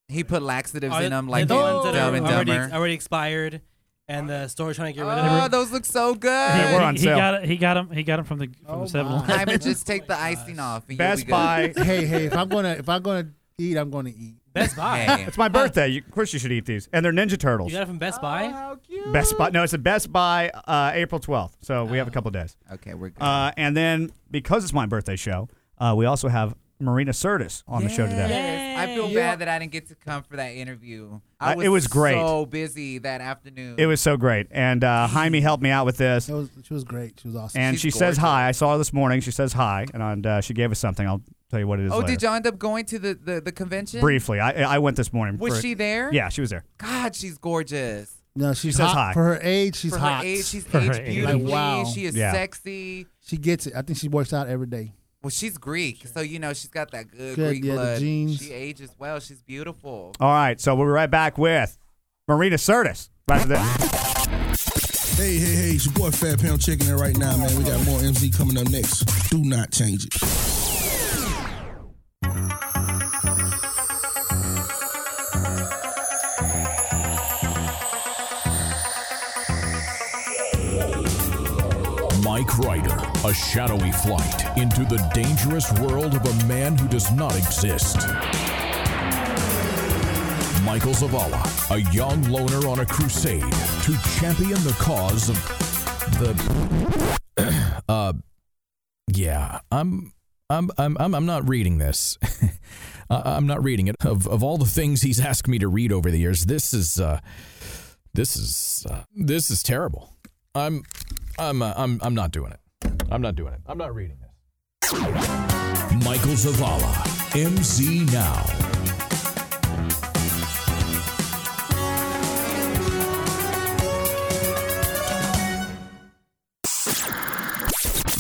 [SPEAKER 4] He put laxatives
[SPEAKER 8] Are
[SPEAKER 4] in them like
[SPEAKER 8] the
[SPEAKER 4] in
[SPEAKER 8] ones that
[SPEAKER 4] Dumb
[SPEAKER 8] are
[SPEAKER 4] and
[SPEAKER 8] already,
[SPEAKER 4] Dumber.
[SPEAKER 8] already expired, and the store trying to get rid of
[SPEAKER 4] Oh,
[SPEAKER 8] them.
[SPEAKER 4] those look so good.
[SPEAKER 5] They were on
[SPEAKER 7] he,
[SPEAKER 5] sale.
[SPEAKER 7] He got it. He got him. He got him from the
[SPEAKER 6] Oh
[SPEAKER 7] from
[SPEAKER 6] my.
[SPEAKER 7] the Seven.
[SPEAKER 4] I would just take the icing off. And you'll be
[SPEAKER 5] Best
[SPEAKER 4] good.
[SPEAKER 5] Buy.
[SPEAKER 6] Hey, hey, if I'm gonna if I'm gonna eat, I'm gonna eat.
[SPEAKER 8] Best Buy.
[SPEAKER 4] Hey.
[SPEAKER 5] It's my birthday. You, of course, you should eat these. And they're Ninja Turtles.
[SPEAKER 8] You got it from Best Buy.
[SPEAKER 5] Best Buy. No, it's a Best Buy uh, April 12th. So we have a couple days.
[SPEAKER 4] Okay, we're good.
[SPEAKER 5] Uh, and then because it's my birthday show, uh, we also have Marina Sirtis on the show today.
[SPEAKER 4] Yes, I feel
[SPEAKER 8] Yay.
[SPEAKER 4] bad that I didn't get to come for that interview. I
[SPEAKER 5] Uh,
[SPEAKER 4] was
[SPEAKER 5] it was great.
[SPEAKER 4] So busy that afternoon.
[SPEAKER 5] It was so great. And uh, Jaime helped me out with this.
[SPEAKER 6] It was, she was great. She was awesome.
[SPEAKER 5] And
[SPEAKER 4] She's
[SPEAKER 5] she says
[SPEAKER 4] gorgeous.
[SPEAKER 5] hi. I saw her this morning. She says hi, and, uh, she gave us something. I'll tell you what it is.
[SPEAKER 4] oh,
[SPEAKER 5] later.
[SPEAKER 4] did y'all end up going to the the, the convention?
[SPEAKER 5] Briefly, I I went this morning.
[SPEAKER 4] Was
[SPEAKER 5] for-
[SPEAKER 4] she there?
[SPEAKER 5] Yeah, she was there.
[SPEAKER 4] God, she's gorgeous.
[SPEAKER 6] no, she's
[SPEAKER 5] says
[SPEAKER 6] hot.
[SPEAKER 5] hi.
[SPEAKER 6] for her age. She's
[SPEAKER 4] for
[SPEAKER 6] hot.
[SPEAKER 4] her age, she's
[SPEAKER 7] For her
[SPEAKER 4] aged
[SPEAKER 7] age.
[SPEAKER 4] beautifully.
[SPEAKER 6] Like, wow.
[SPEAKER 4] She is
[SPEAKER 5] Yeah.
[SPEAKER 4] sexy.
[SPEAKER 6] she gets it. I think she works out every day.
[SPEAKER 4] Well, she's Greek, so you know she's got that good,
[SPEAKER 6] Good,
[SPEAKER 4] Greek
[SPEAKER 6] yeah, the
[SPEAKER 4] blood.
[SPEAKER 6] genes.
[SPEAKER 4] She ages well. She's beautiful.
[SPEAKER 5] All right, so we'll be right back with Marina Sirtis. Right after this.
[SPEAKER 9] Hey, hey, hey, it's your boy Fat Pound checking in right now, man. We got more MZ coming up next. Do not change it.
[SPEAKER 10] Oh.
[SPEAKER 1] Mike Ryder, a shadowy flight into the dangerous world of a man who does not exist. Michael Zavala, a young loner on a crusade to champion the cause of the. uh, yeah, I'm, I'm, I'm, I'm, I'm not reading this. I- I'm not reading it. Of of all the things he's asked me to read over the years, this is, uh, this is, uh, this is terrible. I'm, I'm, uh, I'm, I'm not doing it. I'm not doing it. I'm not reading this. Michael Zavala, MZ Now.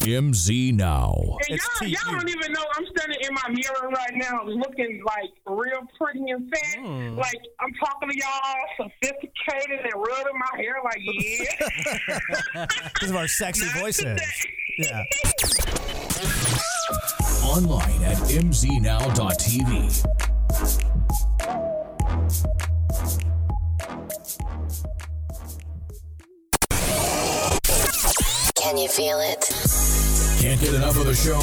[SPEAKER 1] MZ Now.
[SPEAKER 11] And y'all, y'all don't even know I'm standing in my mirror right now, looking like real pretty and fat.
[SPEAKER 5] Mm.
[SPEAKER 11] Like I'm talking to y'all, sophisticated and rubbing my hair like yeah.
[SPEAKER 5] Because of our sexy voices. Yeah.
[SPEAKER 1] Online at mznow.tv.
[SPEAKER 3] Can you feel it?
[SPEAKER 1] Can't get enough of the show?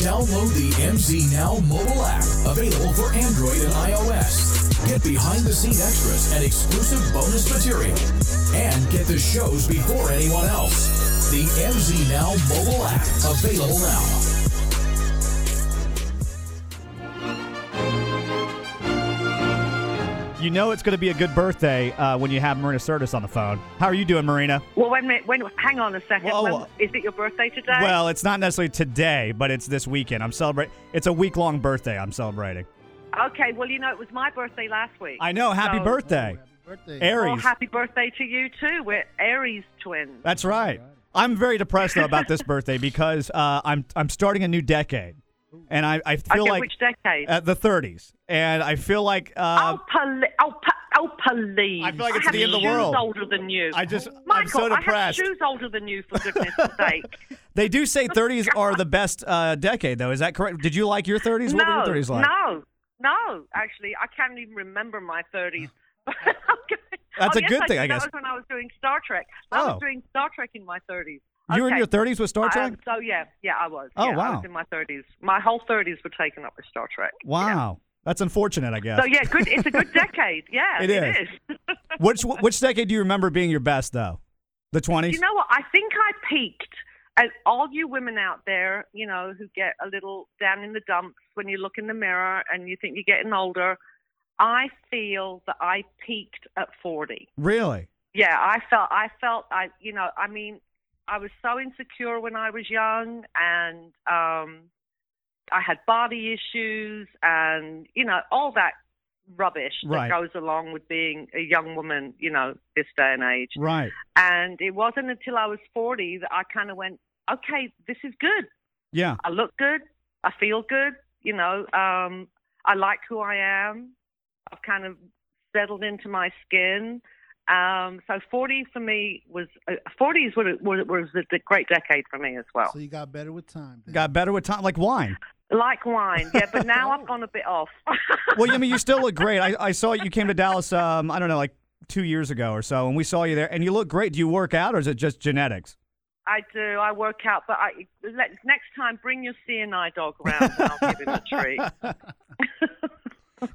[SPEAKER 1] Download the MZ Now mobile app, available for Android and iOS. Get behind the scene extras and exclusive bonus material. And get the shows before anyone else. The MZ Now mobile app, available now.
[SPEAKER 5] You know it's going to be a good birthday uh, when you have Marina Sirtis on the phone. How are you doing, Marina?
[SPEAKER 10] Well, when, when hang on a second.
[SPEAKER 5] Well,
[SPEAKER 10] When-
[SPEAKER 5] uh,
[SPEAKER 10] is it your birthday today?
[SPEAKER 5] Well, it's not necessarily today, but it's this weekend. I'm celebrating. It's a week long birthday I'm celebrating.
[SPEAKER 10] okay. Well, you know, it was my birthday last week.
[SPEAKER 5] I know. Oh, Happy
[SPEAKER 10] So-
[SPEAKER 5] birthday,
[SPEAKER 6] Birthday.
[SPEAKER 10] Well,
[SPEAKER 5] Aries.
[SPEAKER 10] Oh. happy birthday to you too. We're Aries twins.
[SPEAKER 5] That's right. I'm very depressed though about this birthday because uh, I'm I'm starting a new decade, and I, I feel
[SPEAKER 10] okay,
[SPEAKER 5] like
[SPEAKER 10] which decade?
[SPEAKER 5] at the 30s, and I feel like uh,
[SPEAKER 10] oh, poli- oh, pa- oh, please!
[SPEAKER 5] I feel like it's
[SPEAKER 10] have
[SPEAKER 5] the end of the
[SPEAKER 10] shoes
[SPEAKER 5] world.
[SPEAKER 10] older than you.
[SPEAKER 5] I just- I'm
[SPEAKER 10] Michael,
[SPEAKER 5] so
[SPEAKER 10] I have
[SPEAKER 5] depressed.
[SPEAKER 10] shoes older than you, for goodness' sake.
[SPEAKER 5] they do say 30s are the best uh, decade though. Is that correct? Did you like your 30s? what
[SPEAKER 10] no,
[SPEAKER 5] were your 30s like?
[SPEAKER 10] no, no. Actually, I can't even remember my 30s.
[SPEAKER 5] That's
[SPEAKER 10] oh,
[SPEAKER 5] a
[SPEAKER 10] yes,
[SPEAKER 5] good
[SPEAKER 10] I
[SPEAKER 5] thing,
[SPEAKER 10] did.
[SPEAKER 5] I guess.
[SPEAKER 10] That was when I was doing Star Trek. I
[SPEAKER 5] Oh.
[SPEAKER 10] was doing Star Trek in my 30s.
[SPEAKER 5] You were in
[SPEAKER 10] Okay.
[SPEAKER 5] your 30s with Star Trek?
[SPEAKER 10] Um, so yeah, yeah, I was.
[SPEAKER 5] Oh,
[SPEAKER 10] yeah, I
[SPEAKER 5] wow.
[SPEAKER 10] was in my 30s. My whole 30s were taken up with Star Trek. Yeah.
[SPEAKER 5] Wow, that's unfortunate, I guess.
[SPEAKER 10] So yeah, good. It's a good decade. Yeah,
[SPEAKER 5] It is.
[SPEAKER 10] is.
[SPEAKER 5] Which which decade do you remember being your best though? The 20s.
[SPEAKER 10] you know what? I think I peaked. And all you women out there, you know, who get a little down in the dumps when you look in the mirror and you think you're getting older, I feel that I peaked at 40.
[SPEAKER 5] really?
[SPEAKER 10] yeah i felt i felt i you know i mean i was so insecure when i was young and um i had body issues and you know all that rubbish that
[SPEAKER 5] Right.
[SPEAKER 10] goes along with being a young woman you know this day and age
[SPEAKER 5] Right.
[SPEAKER 10] and it wasn't until i was 40 that i kind of went okay this is good
[SPEAKER 5] Yeah.
[SPEAKER 10] i look good i feel good you know um i like who i am i've kind of settled into my skin um, so 40 for me was uh, 40s were, were, was a d- great decade for me as well.
[SPEAKER 6] So you got better with time. then.
[SPEAKER 5] Got better with time, like wine.
[SPEAKER 10] Like wine, yeah, but now
[SPEAKER 5] Oh.
[SPEAKER 10] I've gone a bit off.
[SPEAKER 5] Well, I mean, you still look great. I, I saw you came to Dallas. Um, I don't know, like two years ago or so, and we saw you there, and you look great. Do you work out, or is it just genetics?
[SPEAKER 10] I do. I work out, but I let, next time bring your CNI dog around and I'll give him a treat.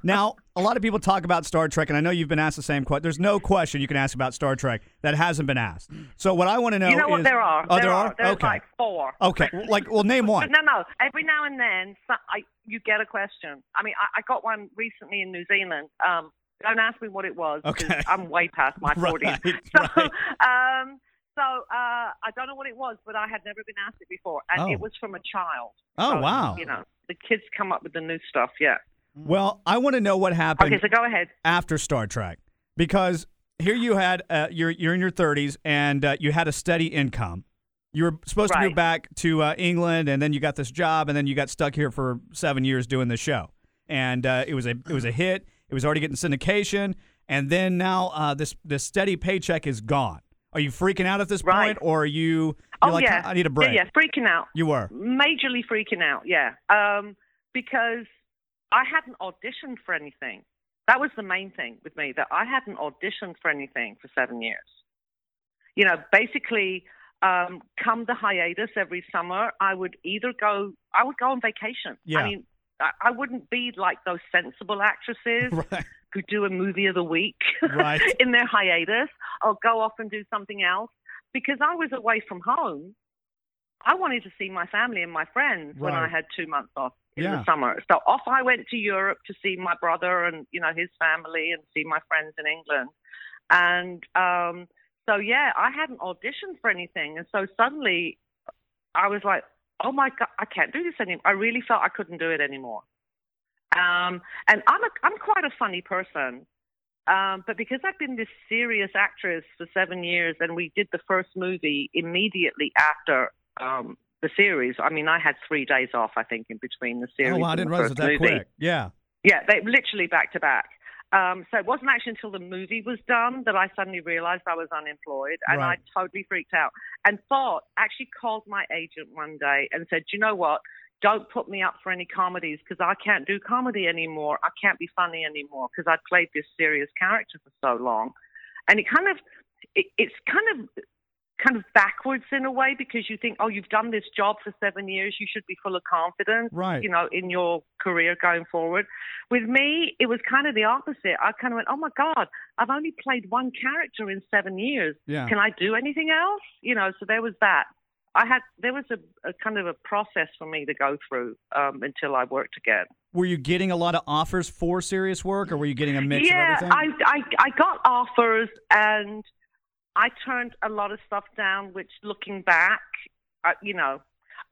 [SPEAKER 5] Now, a lot of people talk about Star Trek, and I know you've been asked the same question. There's no question you can ask about Star Trek that hasn't been asked. So what I want to know
[SPEAKER 10] you know what?
[SPEAKER 5] is-
[SPEAKER 10] There are.
[SPEAKER 5] Oh,
[SPEAKER 10] there,
[SPEAKER 5] are.
[SPEAKER 10] There's
[SPEAKER 5] okay.
[SPEAKER 10] like four.
[SPEAKER 5] Okay. Well, Like, well, name one.
[SPEAKER 10] But no, no. Every now and then, so I, you get a question. I mean, I, I got one recently in New Zealand. Um, don't ask me what it was. 'cause
[SPEAKER 5] Okay.
[SPEAKER 10] I'm way past my
[SPEAKER 5] Right,
[SPEAKER 10] 40s. So, um, so uh, I don't know what it was, but I had never been asked it before, and
[SPEAKER 5] Oh.
[SPEAKER 10] it was from a child.
[SPEAKER 5] Oh,
[SPEAKER 10] So,
[SPEAKER 5] wow.
[SPEAKER 10] You know, the kids come up with the new stuff. Yeah.
[SPEAKER 5] Well, I want to know what happened.
[SPEAKER 10] Okay, so go ahead.
[SPEAKER 5] After Star Trek, because here you had uh, you're you're in your 30s and uh, you had a steady income. You were supposed to
[SPEAKER 10] Right.
[SPEAKER 5] move back to uh, England, and then you got this job, and then you got stuck here for seven years doing the show. And uh, it was a it was a hit. It was already getting syndication, and then now uh, this this steady paycheck is gone. Are you freaking out at this point, or are you? You're
[SPEAKER 10] Oh
[SPEAKER 5] like,
[SPEAKER 10] yeah.
[SPEAKER 5] I need a break.
[SPEAKER 10] Yeah, yeah, freaking out.
[SPEAKER 5] You were.
[SPEAKER 10] majorly freaking out. Yeah, um, because I hadn't auditioned for anything. That was the main thing with me that I hadn't auditioned for anything for seven years. You know, basically, um, come the hiatus every summer, I would either go, I would go on vacation.
[SPEAKER 5] Yeah.
[SPEAKER 10] I mean, I, I wouldn't be like those sensible actresses
[SPEAKER 5] Right.
[SPEAKER 10] who do a movie of the week
[SPEAKER 5] Right.
[SPEAKER 10] in their hiatus or go off and do something else. Because I was away from home, I wanted to see my family and my friends when I
[SPEAKER 5] Right.
[SPEAKER 10] had two months off in
[SPEAKER 5] Yeah.
[SPEAKER 10] the summer. So off I went to Europe to see my brother and you know his family and see my friends in England. And um, so yeah, I hadn't auditioned for anything, and so suddenly I was like, oh my god, I can't do this anymore. I really felt I couldn't do it anymore. Um, and I'm a, I'm quite a funny person. Um, but because I've been this serious actress for seven years, and we did the first movie immediately after um, the series. I mean, I had three days off, I think, in between the series.
[SPEAKER 5] Oh, wow, I
[SPEAKER 10] and
[SPEAKER 5] didn't
[SPEAKER 10] the
[SPEAKER 5] realize it
[SPEAKER 10] first
[SPEAKER 5] that
[SPEAKER 10] movie.
[SPEAKER 5] quick. Yeah.
[SPEAKER 10] Yeah, they literally back to back. Um, so it wasn't actually until the movie was done that I suddenly realized I was unemployed and
[SPEAKER 5] Right.
[SPEAKER 10] I totally freaked out and thought, actually called my agent one day and said, you know what? Don't put me up for any comedies because I can't do comedy anymore. I can't be funny anymore because I played this serious character for so long. And it kind of, it, it's kind of kind of backwards in a way because you think, oh, you've done this job for seven years, you should be full of confidence,
[SPEAKER 5] Right.
[SPEAKER 10] you know, in your career going forward. With me, it was kind of the opposite. I kind of went, oh my God, I've only played one character in seven years.
[SPEAKER 5] Yeah.
[SPEAKER 10] Can I do anything else? You know, so there was that. I had there was a, a kind of a process for me to go through um, until I worked again.
[SPEAKER 5] Were you getting a lot of offers for serious work, or were you getting a mix
[SPEAKER 10] yeah,
[SPEAKER 5] of everything?
[SPEAKER 10] I, I I got offers and I turned a lot of stuff down. Which, looking back, uh, you know,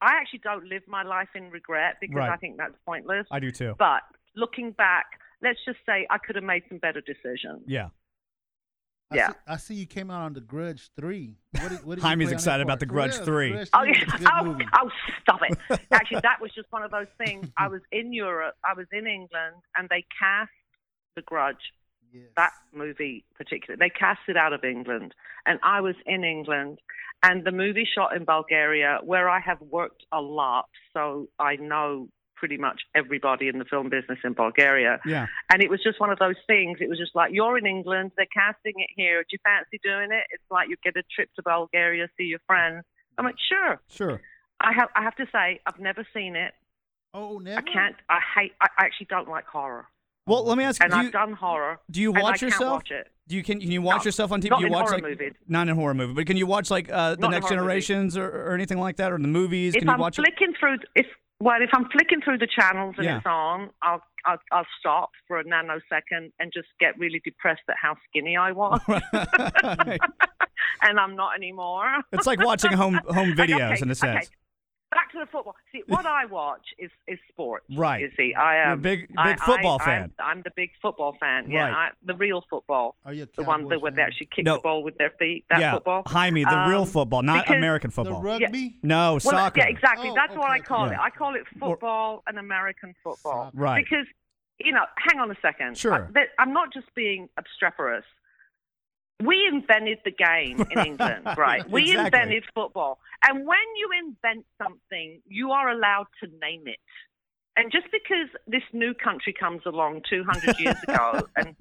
[SPEAKER 10] I actually don't live my life in regret because
[SPEAKER 5] Right.
[SPEAKER 10] I think that's pointless.
[SPEAKER 5] I do too.
[SPEAKER 10] But looking back, let's just say I could have made some better decisions.
[SPEAKER 5] yeah.
[SPEAKER 6] I
[SPEAKER 10] Yeah.
[SPEAKER 6] see, I see you came out on The Grudge Three. What did, what
[SPEAKER 5] Jaime's
[SPEAKER 6] did you play on that
[SPEAKER 5] excited about The
[SPEAKER 6] for? For
[SPEAKER 5] Grudge
[SPEAKER 6] real,
[SPEAKER 5] 3.
[SPEAKER 6] Grudge
[SPEAKER 10] Oh,
[SPEAKER 6] 3 was
[SPEAKER 10] yeah.
[SPEAKER 6] a good
[SPEAKER 10] oh,
[SPEAKER 6] movie.
[SPEAKER 10] oh, stop it. Actually, that was just one of those things. I was in Europe, I was in England, and they cast The Grudge,
[SPEAKER 6] Yes.
[SPEAKER 10] that movie particularly. They cast it out of England, and I was in England, and the movie shot in Bulgaria, where I have worked a lot, so I know pretty much everybody in the film business in Bulgaria.
[SPEAKER 5] Yeah.
[SPEAKER 10] And it was just one of those things. It was just like, you're in England, they're casting it here. Do you fancy doing it? It's like you get a trip to Bulgaria, see your friends. I'm like, sure.
[SPEAKER 5] Sure.
[SPEAKER 10] I have I have to say I've never seen it.
[SPEAKER 6] Oh,
[SPEAKER 10] I
[SPEAKER 6] never.
[SPEAKER 10] can't. I hate. I actually don't like horror,
[SPEAKER 5] Well, let me ask you.
[SPEAKER 10] and
[SPEAKER 5] Do you,
[SPEAKER 10] I've done horror.
[SPEAKER 5] do you
[SPEAKER 10] and I
[SPEAKER 5] watch
[SPEAKER 10] can't
[SPEAKER 5] yourself?
[SPEAKER 10] watch it.
[SPEAKER 5] Do you can can you watch
[SPEAKER 10] No,
[SPEAKER 5] yourself on TV?
[SPEAKER 10] not
[SPEAKER 5] you
[SPEAKER 10] in
[SPEAKER 5] watch
[SPEAKER 10] horror
[SPEAKER 5] like
[SPEAKER 10] movies.
[SPEAKER 5] not in horror movie, but can you watch like uh, the
[SPEAKER 10] Not in
[SPEAKER 5] next
[SPEAKER 10] horror movies.
[SPEAKER 5] generations or, or anything like that, or the movies?
[SPEAKER 10] If
[SPEAKER 5] can you
[SPEAKER 10] I'm
[SPEAKER 5] watch it?
[SPEAKER 10] flicking through, if well, if I'm flicking through the channels and
[SPEAKER 5] Yeah.
[SPEAKER 10] it's on, I'll, I'll I'll stop for a nanosecond and just get really depressed at how skinny I was, and I'm not anymore.
[SPEAKER 5] it's like watching home home
[SPEAKER 10] Okay,
[SPEAKER 5] videos
[SPEAKER 10] okay,
[SPEAKER 5] in a
[SPEAKER 10] okay.
[SPEAKER 5] sense.
[SPEAKER 10] Back to the football. See, what I watch is is sports.
[SPEAKER 5] Right.
[SPEAKER 10] You see, I am
[SPEAKER 5] You're a big-
[SPEAKER 10] I-
[SPEAKER 5] big football
[SPEAKER 10] I-
[SPEAKER 5] fan.
[SPEAKER 10] I'm, I'm the big football fan. Yeah,
[SPEAKER 5] Right.
[SPEAKER 10] I, the real football.
[SPEAKER 6] Are you a
[SPEAKER 10] the one
[SPEAKER 6] Cowboys
[SPEAKER 10] that where they
[SPEAKER 6] fan?
[SPEAKER 10] actually kick
[SPEAKER 5] No.
[SPEAKER 10] the ball with their feet. That
[SPEAKER 5] yeah,
[SPEAKER 10] football.
[SPEAKER 5] Jaime, the real
[SPEAKER 10] Um,
[SPEAKER 5] football, not
[SPEAKER 10] because-
[SPEAKER 5] American
[SPEAKER 6] The
[SPEAKER 5] football.
[SPEAKER 6] rugby.
[SPEAKER 5] no,
[SPEAKER 10] well,
[SPEAKER 5] soccer.
[SPEAKER 10] Yeah, exactly.
[SPEAKER 6] Oh,
[SPEAKER 10] That's what I
[SPEAKER 6] okay,
[SPEAKER 10] call
[SPEAKER 5] okay.
[SPEAKER 10] it. I call it
[SPEAKER 5] Or-
[SPEAKER 10] football and American football.
[SPEAKER 6] Soccer.
[SPEAKER 5] Right.
[SPEAKER 10] Because you know, hang on a second.
[SPEAKER 5] Sure.
[SPEAKER 10] I, that, I'm not just being obstreperous. We invented the game in England, right? We
[SPEAKER 5] Exactly.
[SPEAKER 10] invented football. And when you invent something, you are allowed to name it. And just because this new country comes along 200 years ago, and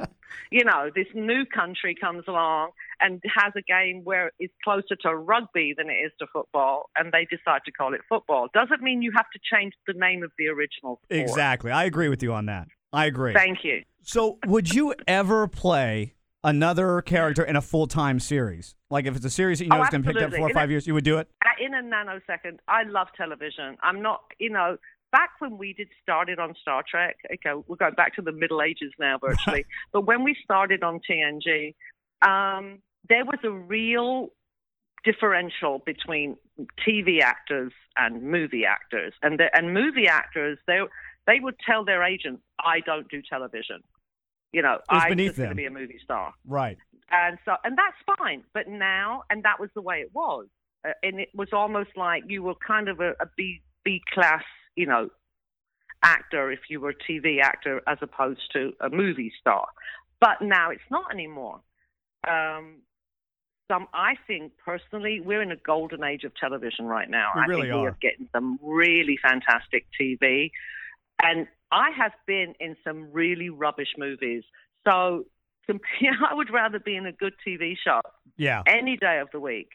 [SPEAKER 10] you know, this new country comes along and has a game where it's closer to rugby than it is to football, and they decide to call it football, doesn't mean you have to change the name of the original. Sport.
[SPEAKER 5] Exactly. I agree with you on that. I agree.
[SPEAKER 10] Thank you.
[SPEAKER 5] So, would you ever play another character in a full time series? Like, if it's a series that you know
[SPEAKER 10] Oh,
[SPEAKER 5] is going to pick up
[SPEAKER 10] absolutely.
[SPEAKER 5] four or
[SPEAKER 10] In a-
[SPEAKER 5] five years, you would do it?
[SPEAKER 10] Uh, In a nanosecond, I love television. I'm not, you know, back when we did started on Star Trek, okay, we're going back to the Middle Ages now virtually, but when we started on TNG, um, there was a real differential between TV actors and movie actors. And, the, and movie actors, they, they would tell their agents, I don't do television. You know,
[SPEAKER 5] was
[SPEAKER 10] I'm
[SPEAKER 5] beneath
[SPEAKER 10] just going to
[SPEAKER 5] them.
[SPEAKER 10] be a movie star
[SPEAKER 5] Right.
[SPEAKER 10] and so and that's fine but now and that was the way it was uh, and it was almost like you were kind of a, a b b class you know actor if you were a tv actor as opposed to a movie star but now it's not anymore um some i think personally we're in a golden age of television right now
[SPEAKER 5] We
[SPEAKER 10] i
[SPEAKER 5] really
[SPEAKER 10] think we
[SPEAKER 5] are.
[SPEAKER 10] are getting some really fantastic tv and i have been in some really rubbish movies so com- I would rather be in a good TV show
[SPEAKER 5] Yeah.
[SPEAKER 10] any day of the week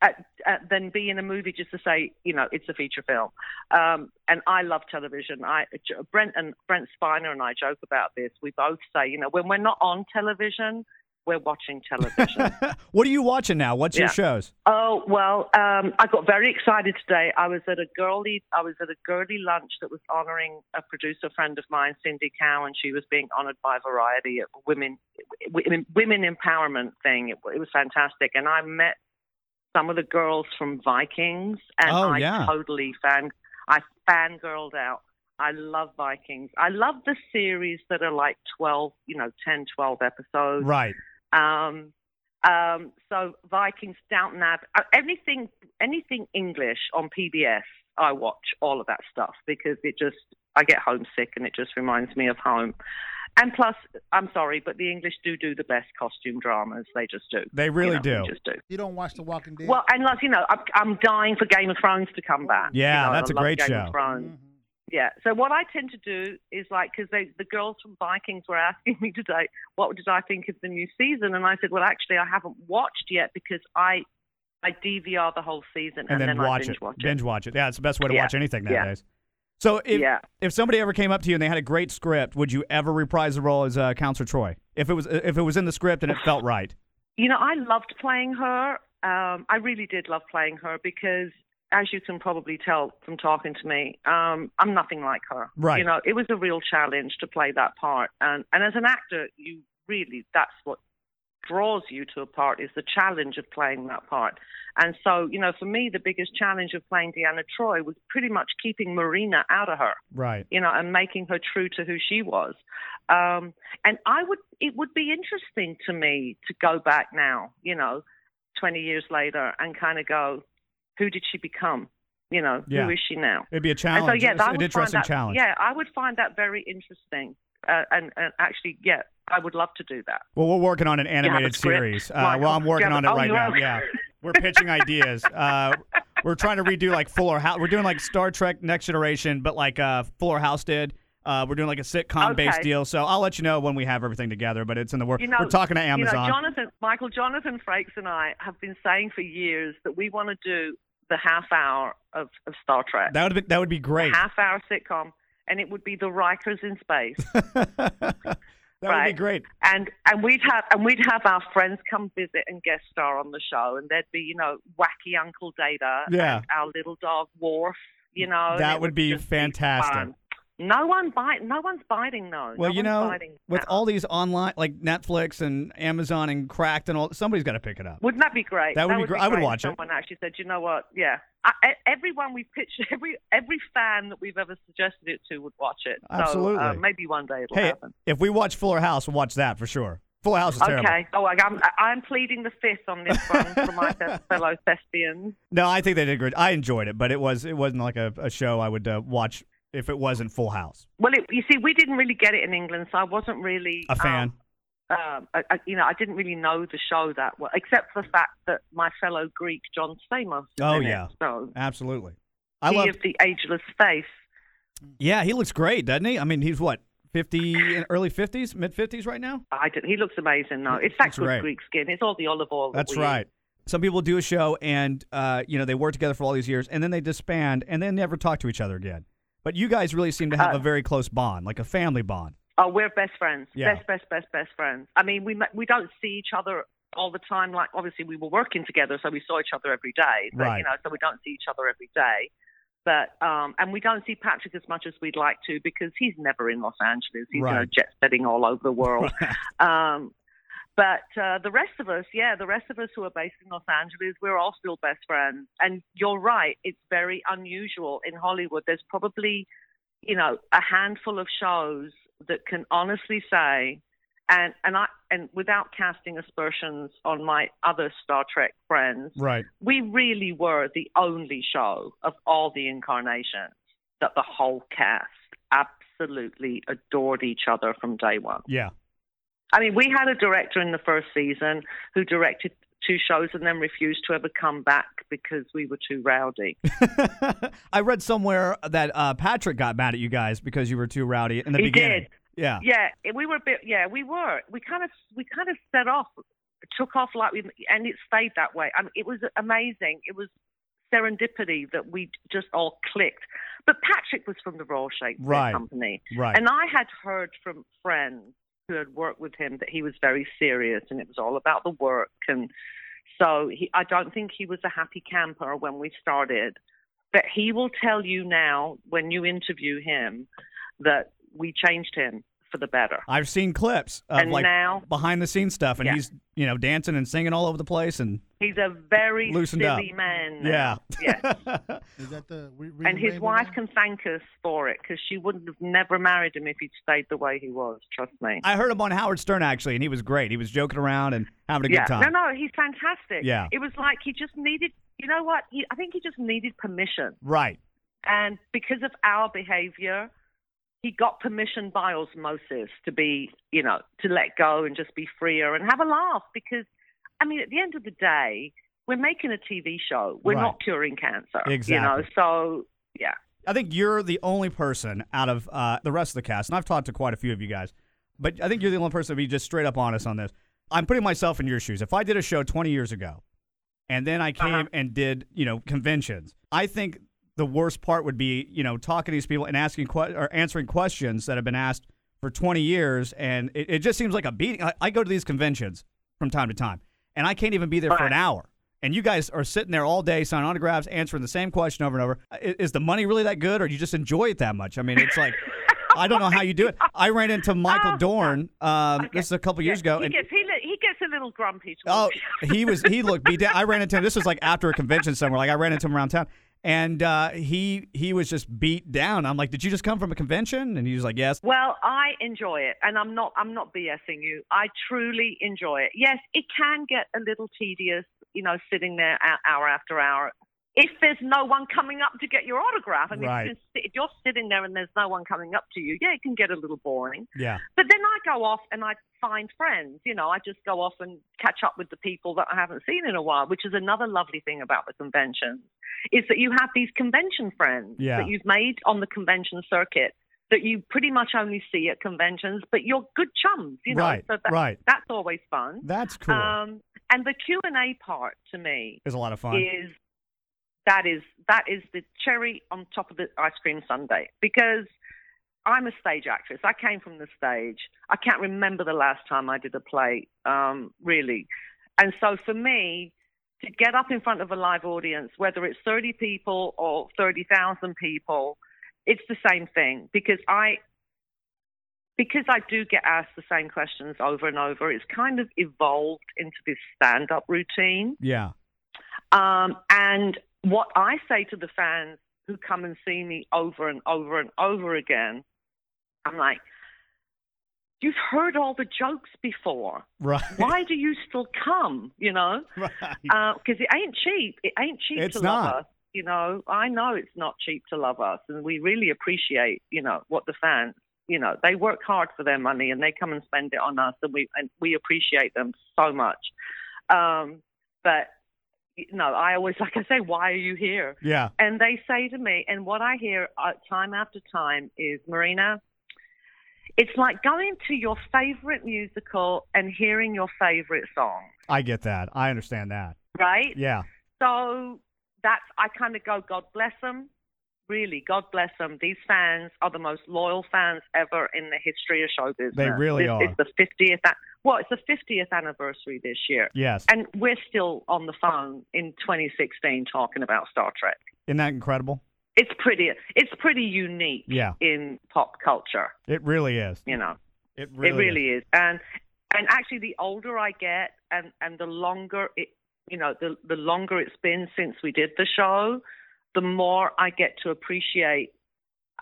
[SPEAKER 10] uh uh than be in a movie just to say, you know, it's a feature film. Um, and I love television. I J- Brent and Brent Spiner and I joke about this. We both say, you know, when we're not on television, we're watching television.
[SPEAKER 5] What are you watching now? What's your
[SPEAKER 10] Yeah.
[SPEAKER 5] shows?
[SPEAKER 10] Oh well, um, I got very excited today. I was at a girly, I was at a girly lunch that was honouring a producer friend of mine, Cindy Cowan. She was being honoured by Variety at Women Women, women Empowerment thing. It, it was fantastic, and I met some of the girls from Vikings, and
[SPEAKER 5] Oh,
[SPEAKER 10] I
[SPEAKER 5] yeah.
[SPEAKER 10] totally fan, I fangirled out. I love Vikings. I love the series that are like twelve, you know, 10, 12 episodes.
[SPEAKER 5] Right.
[SPEAKER 10] Um, um, so Vikings, Downton Abbey, uh, anything, anything English on PBS, I watch all of that stuff because it just, I get homesick and it just reminds me of home. And plus, I'm sorry, but the English do do the best costume dramas. They just do.
[SPEAKER 5] They really
[SPEAKER 10] You know,
[SPEAKER 5] do.
[SPEAKER 10] They just do.
[SPEAKER 6] You don't watch The Walking Dead.
[SPEAKER 10] Well, and like you know, I'm, I'm dying for Game of Thrones to come back.
[SPEAKER 5] Yeah,
[SPEAKER 10] You know,
[SPEAKER 5] that's
[SPEAKER 10] I
[SPEAKER 5] a
[SPEAKER 10] love
[SPEAKER 5] great
[SPEAKER 10] Game
[SPEAKER 5] show. Mm-hmm.
[SPEAKER 10] Of Thrones. Yeah. So what I tend to do is like because the girls from Vikings were asking me today, what did I think of the new season? And I said, well, actually, I haven't watched yet because I I DVR the whole season
[SPEAKER 5] And, then, watch
[SPEAKER 10] I binge
[SPEAKER 5] it.
[SPEAKER 10] watch it.
[SPEAKER 5] Binge watch it. Yeah, it's the best way to
[SPEAKER 10] Yeah.
[SPEAKER 5] watch anything
[SPEAKER 10] Yeah.
[SPEAKER 5] nowadays. So if
[SPEAKER 10] Yeah.
[SPEAKER 5] if somebody ever came up to you and they had a great script, would you ever reprise the role as uh, Counselor Troy? If it was if it was in the script and it felt right.
[SPEAKER 10] You know, I loved playing her. Um, I really did love playing her because, as you can probably tell from talking to me, um, I'm nothing like her.
[SPEAKER 5] Right.
[SPEAKER 10] You know, it was a real challenge to play that part, and and as an actor, you really that's what draws you to a part is the challenge of playing that part. And so, you know, for me, the biggest challenge of playing Deanna Troy was pretty much keeping Marina out of her
[SPEAKER 5] Right.
[SPEAKER 10] you know, and making her true to who she was. Um, and I would, it would be interesting to me to go back now, you know, 20 years later and kind of go, who did she become? You know,
[SPEAKER 5] Yeah.
[SPEAKER 10] who is she now?
[SPEAKER 5] It'd be a
[SPEAKER 10] And
[SPEAKER 5] challenge.
[SPEAKER 10] so, yeah,
[SPEAKER 5] It's
[SPEAKER 10] I
[SPEAKER 5] an
[SPEAKER 10] would
[SPEAKER 5] interesting
[SPEAKER 10] find that,
[SPEAKER 5] challenge.
[SPEAKER 10] Yeah, I would find that very interesting. Uh, and, and actually, yeah, I would love to do that.
[SPEAKER 5] Well, we're working on an
[SPEAKER 10] a
[SPEAKER 5] animated
[SPEAKER 10] script,
[SPEAKER 5] series. Uh,
[SPEAKER 10] Michael?
[SPEAKER 5] well, I'm
[SPEAKER 10] Do you
[SPEAKER 5] working
[SPEAKER 10] have
[SPEAKER 5] on
[SPEAKER 10] a-
[SPEAKER 5] it
[SPEAKER 10] oh,
[SPEAKER 5] right
[SPEAKER 10] you
[SPEAKER 5] now.
[SPEAKER 10] have-
[SPEAKER 5] Yeah, we're pitching ideas. Uh, we're trying to redo like Fuller House. We're doing like Star Trek Next Generation, but like uh, Fuller House did. Uh, we're doing like a sitcom based
[SPEAKER 10] Okay.
[SPEAKER 5] deal. So I'll let you know when we have everything together. But it's in the work.
[SPEAKER 10] You know,
[SPEAKER 5] we're talking to
[SPEAKER 10] you know,
[SPEAKER 5] Amazon.
[SPEAKER 10] Jonathan, Michael, Jonathan Frakes and I have been saying for years that we want to do the half hour of, of Star Trek.
[SPEAKER 5] that would be that would be great.
[SPEAKER 10] half hour sitcom and it would be the Rikers in space.
[SPEAKER 5] That would
[SPEAKER 10] right.
[SPEAKER 5] be great.
[SPEAKER 10] and and we'd have and we'd have our friends come visit and guest star on the show and there'd be, you know, wacky Uncle Data
[SPEAKER 5] Yeah.
[SPEAKER 10] and our little dog Worf, you know. and
[SPEAKER 5] That
[SPEAKER 10] it
[SPEAKER 5] would be
[SPEAKER 10] just
[SPEAKER 5] fantastic.
[SPEAKER 10] fun. no one bite no one's biting though.
[SPEAKER 5] Well,
[SPEAKER 10] no one's
[SPEAKER 5] you know,
[SPEAKER 10] biting
[SPEAKER 5] with
[SPEAKER 10] now.
[SPEAKER 5] all these online like Netflix and Amazon and Cracked and all, somebody's got to pick it up.
[SPEAKER 10] Wouldn't that be great?
[SPEAKER 5] That would be gr- I would watch it.
[SPEAKER 10] Someone Someone actually said, "You know what? Yeah, I, e- everyone we pitched, every every fan that we've ever suggested it to would watch it. So, uh,
[SPEAKER 5] Absolutely.
[SPEAKER 10] maybe one day it'll
[SPEAKER 5] Hey,
[SPEAKER 10] happen.
[SPEAKER 5] if we watch Fuller House, we'll watch that for sure. Fuller House is terrible.
[SPEAKER 10] Okay. Oh, I- I'm I'm pleading the fifth on this one for my fe- fellow thespians.
[SPEAKER 5] No, I think they did great. I enjoyed it, but it was it wasn't like a, a show I would uh, watch if it wasn't Full House.
[SPEAKER 10] Well, it, you see, we didn't really get it in England, so I wasn't really
[SPEAKER 5] A fan.
[SPEAKER 10] Um, um, I, I, you know, I didn't really know the show that well, except for the fact that my fellow Greek John Stamos. is
[SPEAKER 5] Oh,
[SPEAKER 10] in it.
[SPEAKER 5] yeah.
[SPEAKER 10] so
[SPEAKER 5] Absolutely. I
[SPEAKER 10] he
[SPEAKER 5] love.
[SPEAKER 10] of the ageless face.
[SPEAKER 5] Yeah, he looks great, doesn't he? I mean, he's what fifty, in early fifties, mid fifties right now.
[SPEAKER 10] I did, he looks amazing though. It's that
[SPEAKER 5] That's
[SPEAKER 10] good
[SPEAKER 5] great.
[SPEAKER 10] Greek skin. It's all the olive oil. that
[SPEAKER 5] That's
[SPEAKER 10] we
[SPEAKER 5] right. Some people do a show and uh, you know they work together for all these years and then they disband and then never talk to each other again. But you guys really seem to have
[SPEAKER 10] Uh,
[SPEAKER 5] a very close bond, like a family bond.
[SPEAKER 10] Oh, we're best friends.
[SPEAKER 5] Yeah.
[SPEAKER 10] Best, best, best, best friends. I mean, we ma- we don't see each other all the time. Like obviously, we were working together, so we saw each other every day. But,
[SPEAKER 12] Right.
[SPEAKER 10] You know, so we don't see each other every day. But um, and we don't see Patrick as much as we'd like to because he's never in Los Angeles. He's you know
[SPEAKER 12] Right.
[SPEAKER 10] jet setting all over the world. um, but uh, the rest of us, yeah, the rest of us who are based in Los Angeles, we're all still best friends. And you're right, it's very unusual in Hollywood. There's probably, you know, a handful of shows that can honestly say, and and I and without casting aspersions on my other Star Trek friends,
[SPEAKER 5] Right.
[SPEAKER 10] we really were the only show of all the incarnations that the whole cast absolutely adored each other from day one.
[SPEAKER 5] Yeah.
[SPEAKER 10] I mean, we had a director in the first season who directed two shows and then refused to ever come back because we were too rowdy.
[SPEAKER 5] I read somewhere that uh, Patrick got mad at you guys because you were too rowdy in the
[SPEAKER 10] He
[SPEAKER 5] beginning.
[SPEAKER 10] did.
[SPEAKER 5] Yeah.
[SPEAKER 10] Yeah, it- we were a bit. Yeah, we were. We kind of we kind of set off, took off like we, and it stayed that way. I mean, it was amazing. It was serendipity that we just all clicked. But Patrick was from the Royal Shakespeare
[SPEAKER 12] Right.
[SPEAKER 10] Company,
[SPEAKER 12] Right.
[SPEAKER 10] And I had heard from friends who had worked with him that he was very serious and it was all about the work and. So he, I don't think he was a happy camper when we started, but he will tell you now when you interview him that we changed him for the better.
[SPEAKER 5] I've seen clips of
[SPEAKER 10] And
[SPEAKER 5] like
[SPEAKER 10] now-
[SPEAKER 5] behind the scenes stuff, and
[SPEAKER 10] Yeah.
[SPEAKER 5] he's you know dancing and singing all over the place, and
[SPEAKER 10] He's a very
[SPEAKER 5] Loosened
[SPEAKER 10] silly
[SPEAKER 5] up.
[SPEAKER 10] man.
[SPEAKER 5] yeah,
[SPEAKER 10] now. yeah.
[SPEAKER 6] Is that the re-
[SPEAKER 10] And his
[SPEAKER 6] rebrand
[SPEAKER 10] wife can thank us for it because she wouldn't have never married him if he'd stayed the way he was. Trust me.
[SPEAKER 5] I heard him on Howard Stern actually, and he was great. He was joking around and having a
[SPEAKER 10] yeah.
[SPEAKER 5] good time.
[SPEAKER 10] No, no, he's fantastic.
[SPEAKER 5] Yeah.
[SPEAKER 10] It was like he just needed. You know what? He, I think he just needed permission.
[SPEAKER 5] Right.
[SPEAKER 10] And because of our behavior, he got permission by osmosis to be, you know, to let go and just be freer and have a laugh. Because, I mean, at the end of the day, we're making a TV show. We're
[SPEAKER 5] Right.
[SPEAKER 10] not curing cancer. You know,
[SPEAKER 5] Exactly.
[SPEAKER 10] so yeah.
[SPEAKER 5] I think you're the only person out of uh, the rest of the cast, and I've talked to quite a few of you guys, but I think you're the only person to be just straight up honest on this. I'm putting myself in your shoes. If I did a show 20 years ago, and then I came and did, you know, conventions, I think the worst part would be, you know, talking to these people and asking que- or answering questions that have been asked for 20 years, and it, it just seems like a beating. I, I go to these conventions from time to time, and I can't even be there for an hour. And you guys are sitting there all day signing autographs, answering the same question over and over. I- Is, the money really that good, or you just enjoy it that much? I mean, it's like I don't know how you do it. I ran into Michael Dorn. Um, This is a couple years ago,
[SPEAKER 10] He
[SPEAKER 5] and
[SPEAKER 10] gets he, li- he gets a little grumpy.
[SPEAKER 5] oh,
[SPEAKER 10] towards you.
[SPEAKER 5] he was he looked beat down. I ran into him. This was like after a convention somewhere. Like I ran into him around town, and uh, he he was just beat down. I'm like, did you just come from a convention? And he was like, yes.
[SPEAKER 10] Well, I enjoy it, and I'm not I'm not BSing you. I truly enjoy it. Yes, it can get a little tedious, you know, sitting there hou- hour after hour. If there's no one coming up to get your autograph, I mean,
[SPEAKER 12] Right.
[SPEAKER 10] if you're- if you're sitting there and there's no one coming up to you, yeah, it can get a little boring.
[SPEAKER 5] Yeah.
[SPEAKER 10] But then I go off and I find friends. You know, I just go off and catch up with the people that I haven't seen in a while, which is another lovely thing about the conventions, is that you have these convention friends
[SPEAKER 12] Yeah.
[SPEAKER 10] that you've made on the convention circuit that you pretty much only see at conventions, but you're good chums. You know,
[SPEAKER 5] Right,
[SPEAKER 10] so that,
[SPEAKER 5] right.
[SPEAKER 10] that's always fun.
[SPEAKER 5] That's cool.
[SPEAKER 10] Um, and the Q and A part to me
[SPEAKER 5] It's a lot of fun.
[SPEAKER 10] Is that is that is the cherry on top of the ice cream sundae because I'm a stage actress. I came from the stage. I can't remember the last time I did a play, um, really. And so for me, to get up in front of a live audience, whether it's 30 people or 30,000 people, it's the same thing because I because I do get asked the same questions over and over. It's kind of evolved into this stand-up routine.
[SPEAKER 5] Yeah.
[SPEAKER 10] Um, and what I say to the fans who come and see me over and over and over again, I'm like, you've heard all the jokes before.
[SPEAKER 5] Right.
[SPEAKER 10] Why do you still come? You know, because Uh, it ain't cheap. It ain't cheap
[SPEAKER 5] It's
[SPEAKER 10] to love
[SPEAKER 5] not.
[SPEAKER 10] us. You know, I know it's not cheap to love us, and we really appreciate, you know, what the fans, you know, they work hard for their money and they come and spend it on us, and we and we appreciate them so much. Um, but you know, I always like I say, why are you here?
[SPEAKER 5] Yeah.
[SPEAKER 10] And they say to me, and what I hear uh, time after time is, Marina, it's like going to your favorite musical and hearing your favorite song,
[SPEAKER 5] I get that. I understand that.
[SPEAKER 10] right?
[SPEAKER 5] Yeah.
[SPEAKER 10] So that's, I kind of go, God bless them. really, God bless them. These fans are the most loyal fans ever in the history of show business.
[SPEAKER 5] They really
[SPEAKER 10] This-
[SPEAKER 5] are.
[SPEAKER 10] It's the 50th. a- Well, it's the 50th anniversary this year.
[SPEAKER 5] Yes.
[SPEAKER 10] And we're still on the phone in 2016 talking about Star Trek.
[SPEAKER 5] Isn't that incredible?
[SPEAKER 10] It's pretty. It's pretty unique.
[SPEAKER 5] Yeah.
[SPEAKER 10] In pop culture,
[SPEAKER 5] It really is.
[SPEAKER 10] you know.
[SPEAKER 5] It
[SPEAKER 10] it really is. And and actually, the older I get, and and the longer it, you know, the the longer it's been since we did the show, the more I get to appreciate.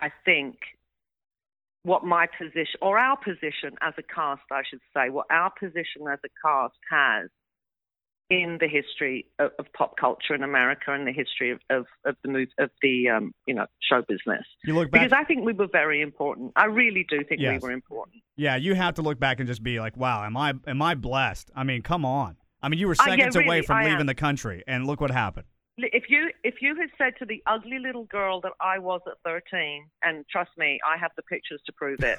[SPEAKER 10] I think what my position or our position as a cast, I should say, what our position as a cast has in the history of, of pop culture in America and the history of, of, of the move of the um, you know show business.
[SPEAKER 5] You look back.
[SPEAKER 10] Because I think we were very important. I really do think
[SPEAKER 5] Yes.
[SPEAKER 10] we were important.
[SPEAKER 5] yeah, you have to look back and just be like, wow, am I am I blessed? I mean, come on. I mean, you were
[SPEAKER 10] Uh, yeah,
[SPEAKER 5] seconds away
[SPEAKER 10] really,
[SPEAKER 5] from
[SPEAKER 10] I am.
[SPEAKER 5] leaving the country, and look what happened.
[SPEAKER 10] Li- If you if you had said to the ugly little girl that I was at 13, and trust me, I have the pictures to prove it.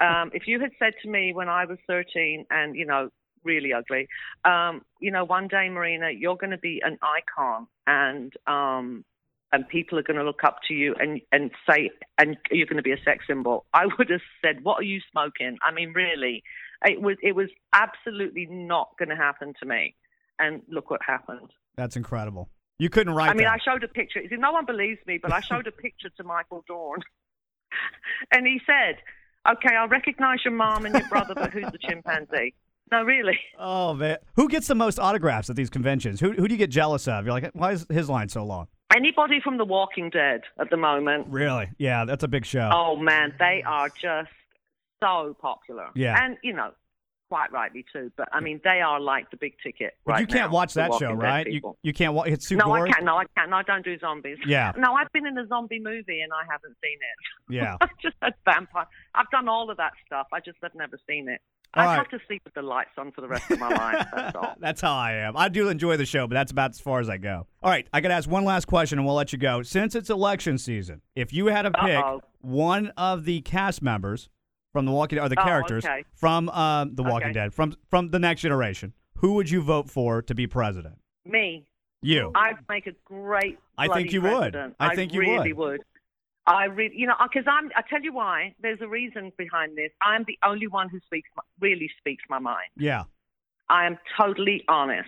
[SPEAKER 10] um, if you had said to me when I was 13, and you know, really ugly, um, you know, one day, Marina, you're going to be an icon, and um, and people are going to look up to you and and say, and you're going to be a sex symbol. I would have said, what are you smoking? I mean, really, it was it was absolutely not going to happen to me, and look what happened.
[SPEAKER 5] That's incredible. You couldn't write
[SPEAKER 10] I mean,
[SPEAKER 5] that.
[SPEAKER 10] I showed a picture. He said, No one believes me, but I showed a picture to Michael Dawn. and he said, Okay, I recognize your mom and your brother, but who's the chimpanzee? No, really.
[SPEAKER 5] oh man, who gets the most autographs at these conventions? Who who do you get jealous of? You're like, why is his line so long?
[SPEAKER 10] Anybody from The Walking Dead at the moment?
[SPEAKER 5] Really? Yeah, that's a big show.
[SPEAKER 10] Oh, man, they are just so popular.
[SPEAKER 5] Yeah.
[SPEAKER 10] And, you know, quite rightly, too. But, I mean, they are like the big ticket.
[SPEAKER 5] but
[SPEAKER 10] right
[SPEAKER 5] you can't
[SPEAKER 10] now,
[SPEAKER 5] watch
[SPEAKER 10] The
[SPEAKER 5] that
[SPEAKER 10] Walking
[SPEAKER 5] show,
[SPEAKER 10] Dead
[SPEAKER 5] right? You,
[SPEAKER 10] people.
[SPEAKER 5] you can't watch. It's too
[SPEAKER 10] no,
[SPEAKER 5] gory.
[SPEAKER 10] I can't. No, I can't. No, I don't do zombies.
[SPEAKER 5] Yeah.
[SPEAKER 10] No, I've been in a zombie movie and I haven't seen it.
[SPEAKER 5] Yeah.
[SPEAKER 10] I've just had vampire. I've done all of that stuff. I just have never seen it.
[SPEAKER 5] All
[SPEAKER 10] I'd
[SPEAKER 5] right.
[SPEAKER 10] have to sleep with the lights on for the rest of my life. That's all.
[SPEAKER 5] That's how I am. I do enjoy the show, but that's about as far as I go. All right, I got to ask one last question and we'll let you go. Since it's election season, if you had to pick
[SPEAKER 10] Uh-oh.
[SPEAKER 5] one of the cast members from The Walking Dead, or the
[SPEAKER 10] Oh,
[SPEAKER 5] characters
[SPEAKER 10] okay.
[SPEAKER 5] from um, The Walking
[SPEAKER 10] Okay.
[SPEAKER 5] Dead, from from the next generation, who would you vote for to be president?
[SPEAKER 10] Me.
[SPEAKER 5] You.
[SPEAKER 10] I'd make a great.
[SPEAKER 5] I think
[SPEAKER 10] bloody
[SPEAKER 5] you would.
[SPEAKER 10] president.
[SPEAKER 5] I think you
[SPEAKER 10] really
[SPEAKER 5] would.
[SPEAKER 10] would. I really, you know, because I'm. I tell you why. There's a reason behind this. I'm the only one who speaks, my, really speaks my mind.
[SPEAKER 5] Yeah.
[SPEAKER 10] I am totally honest.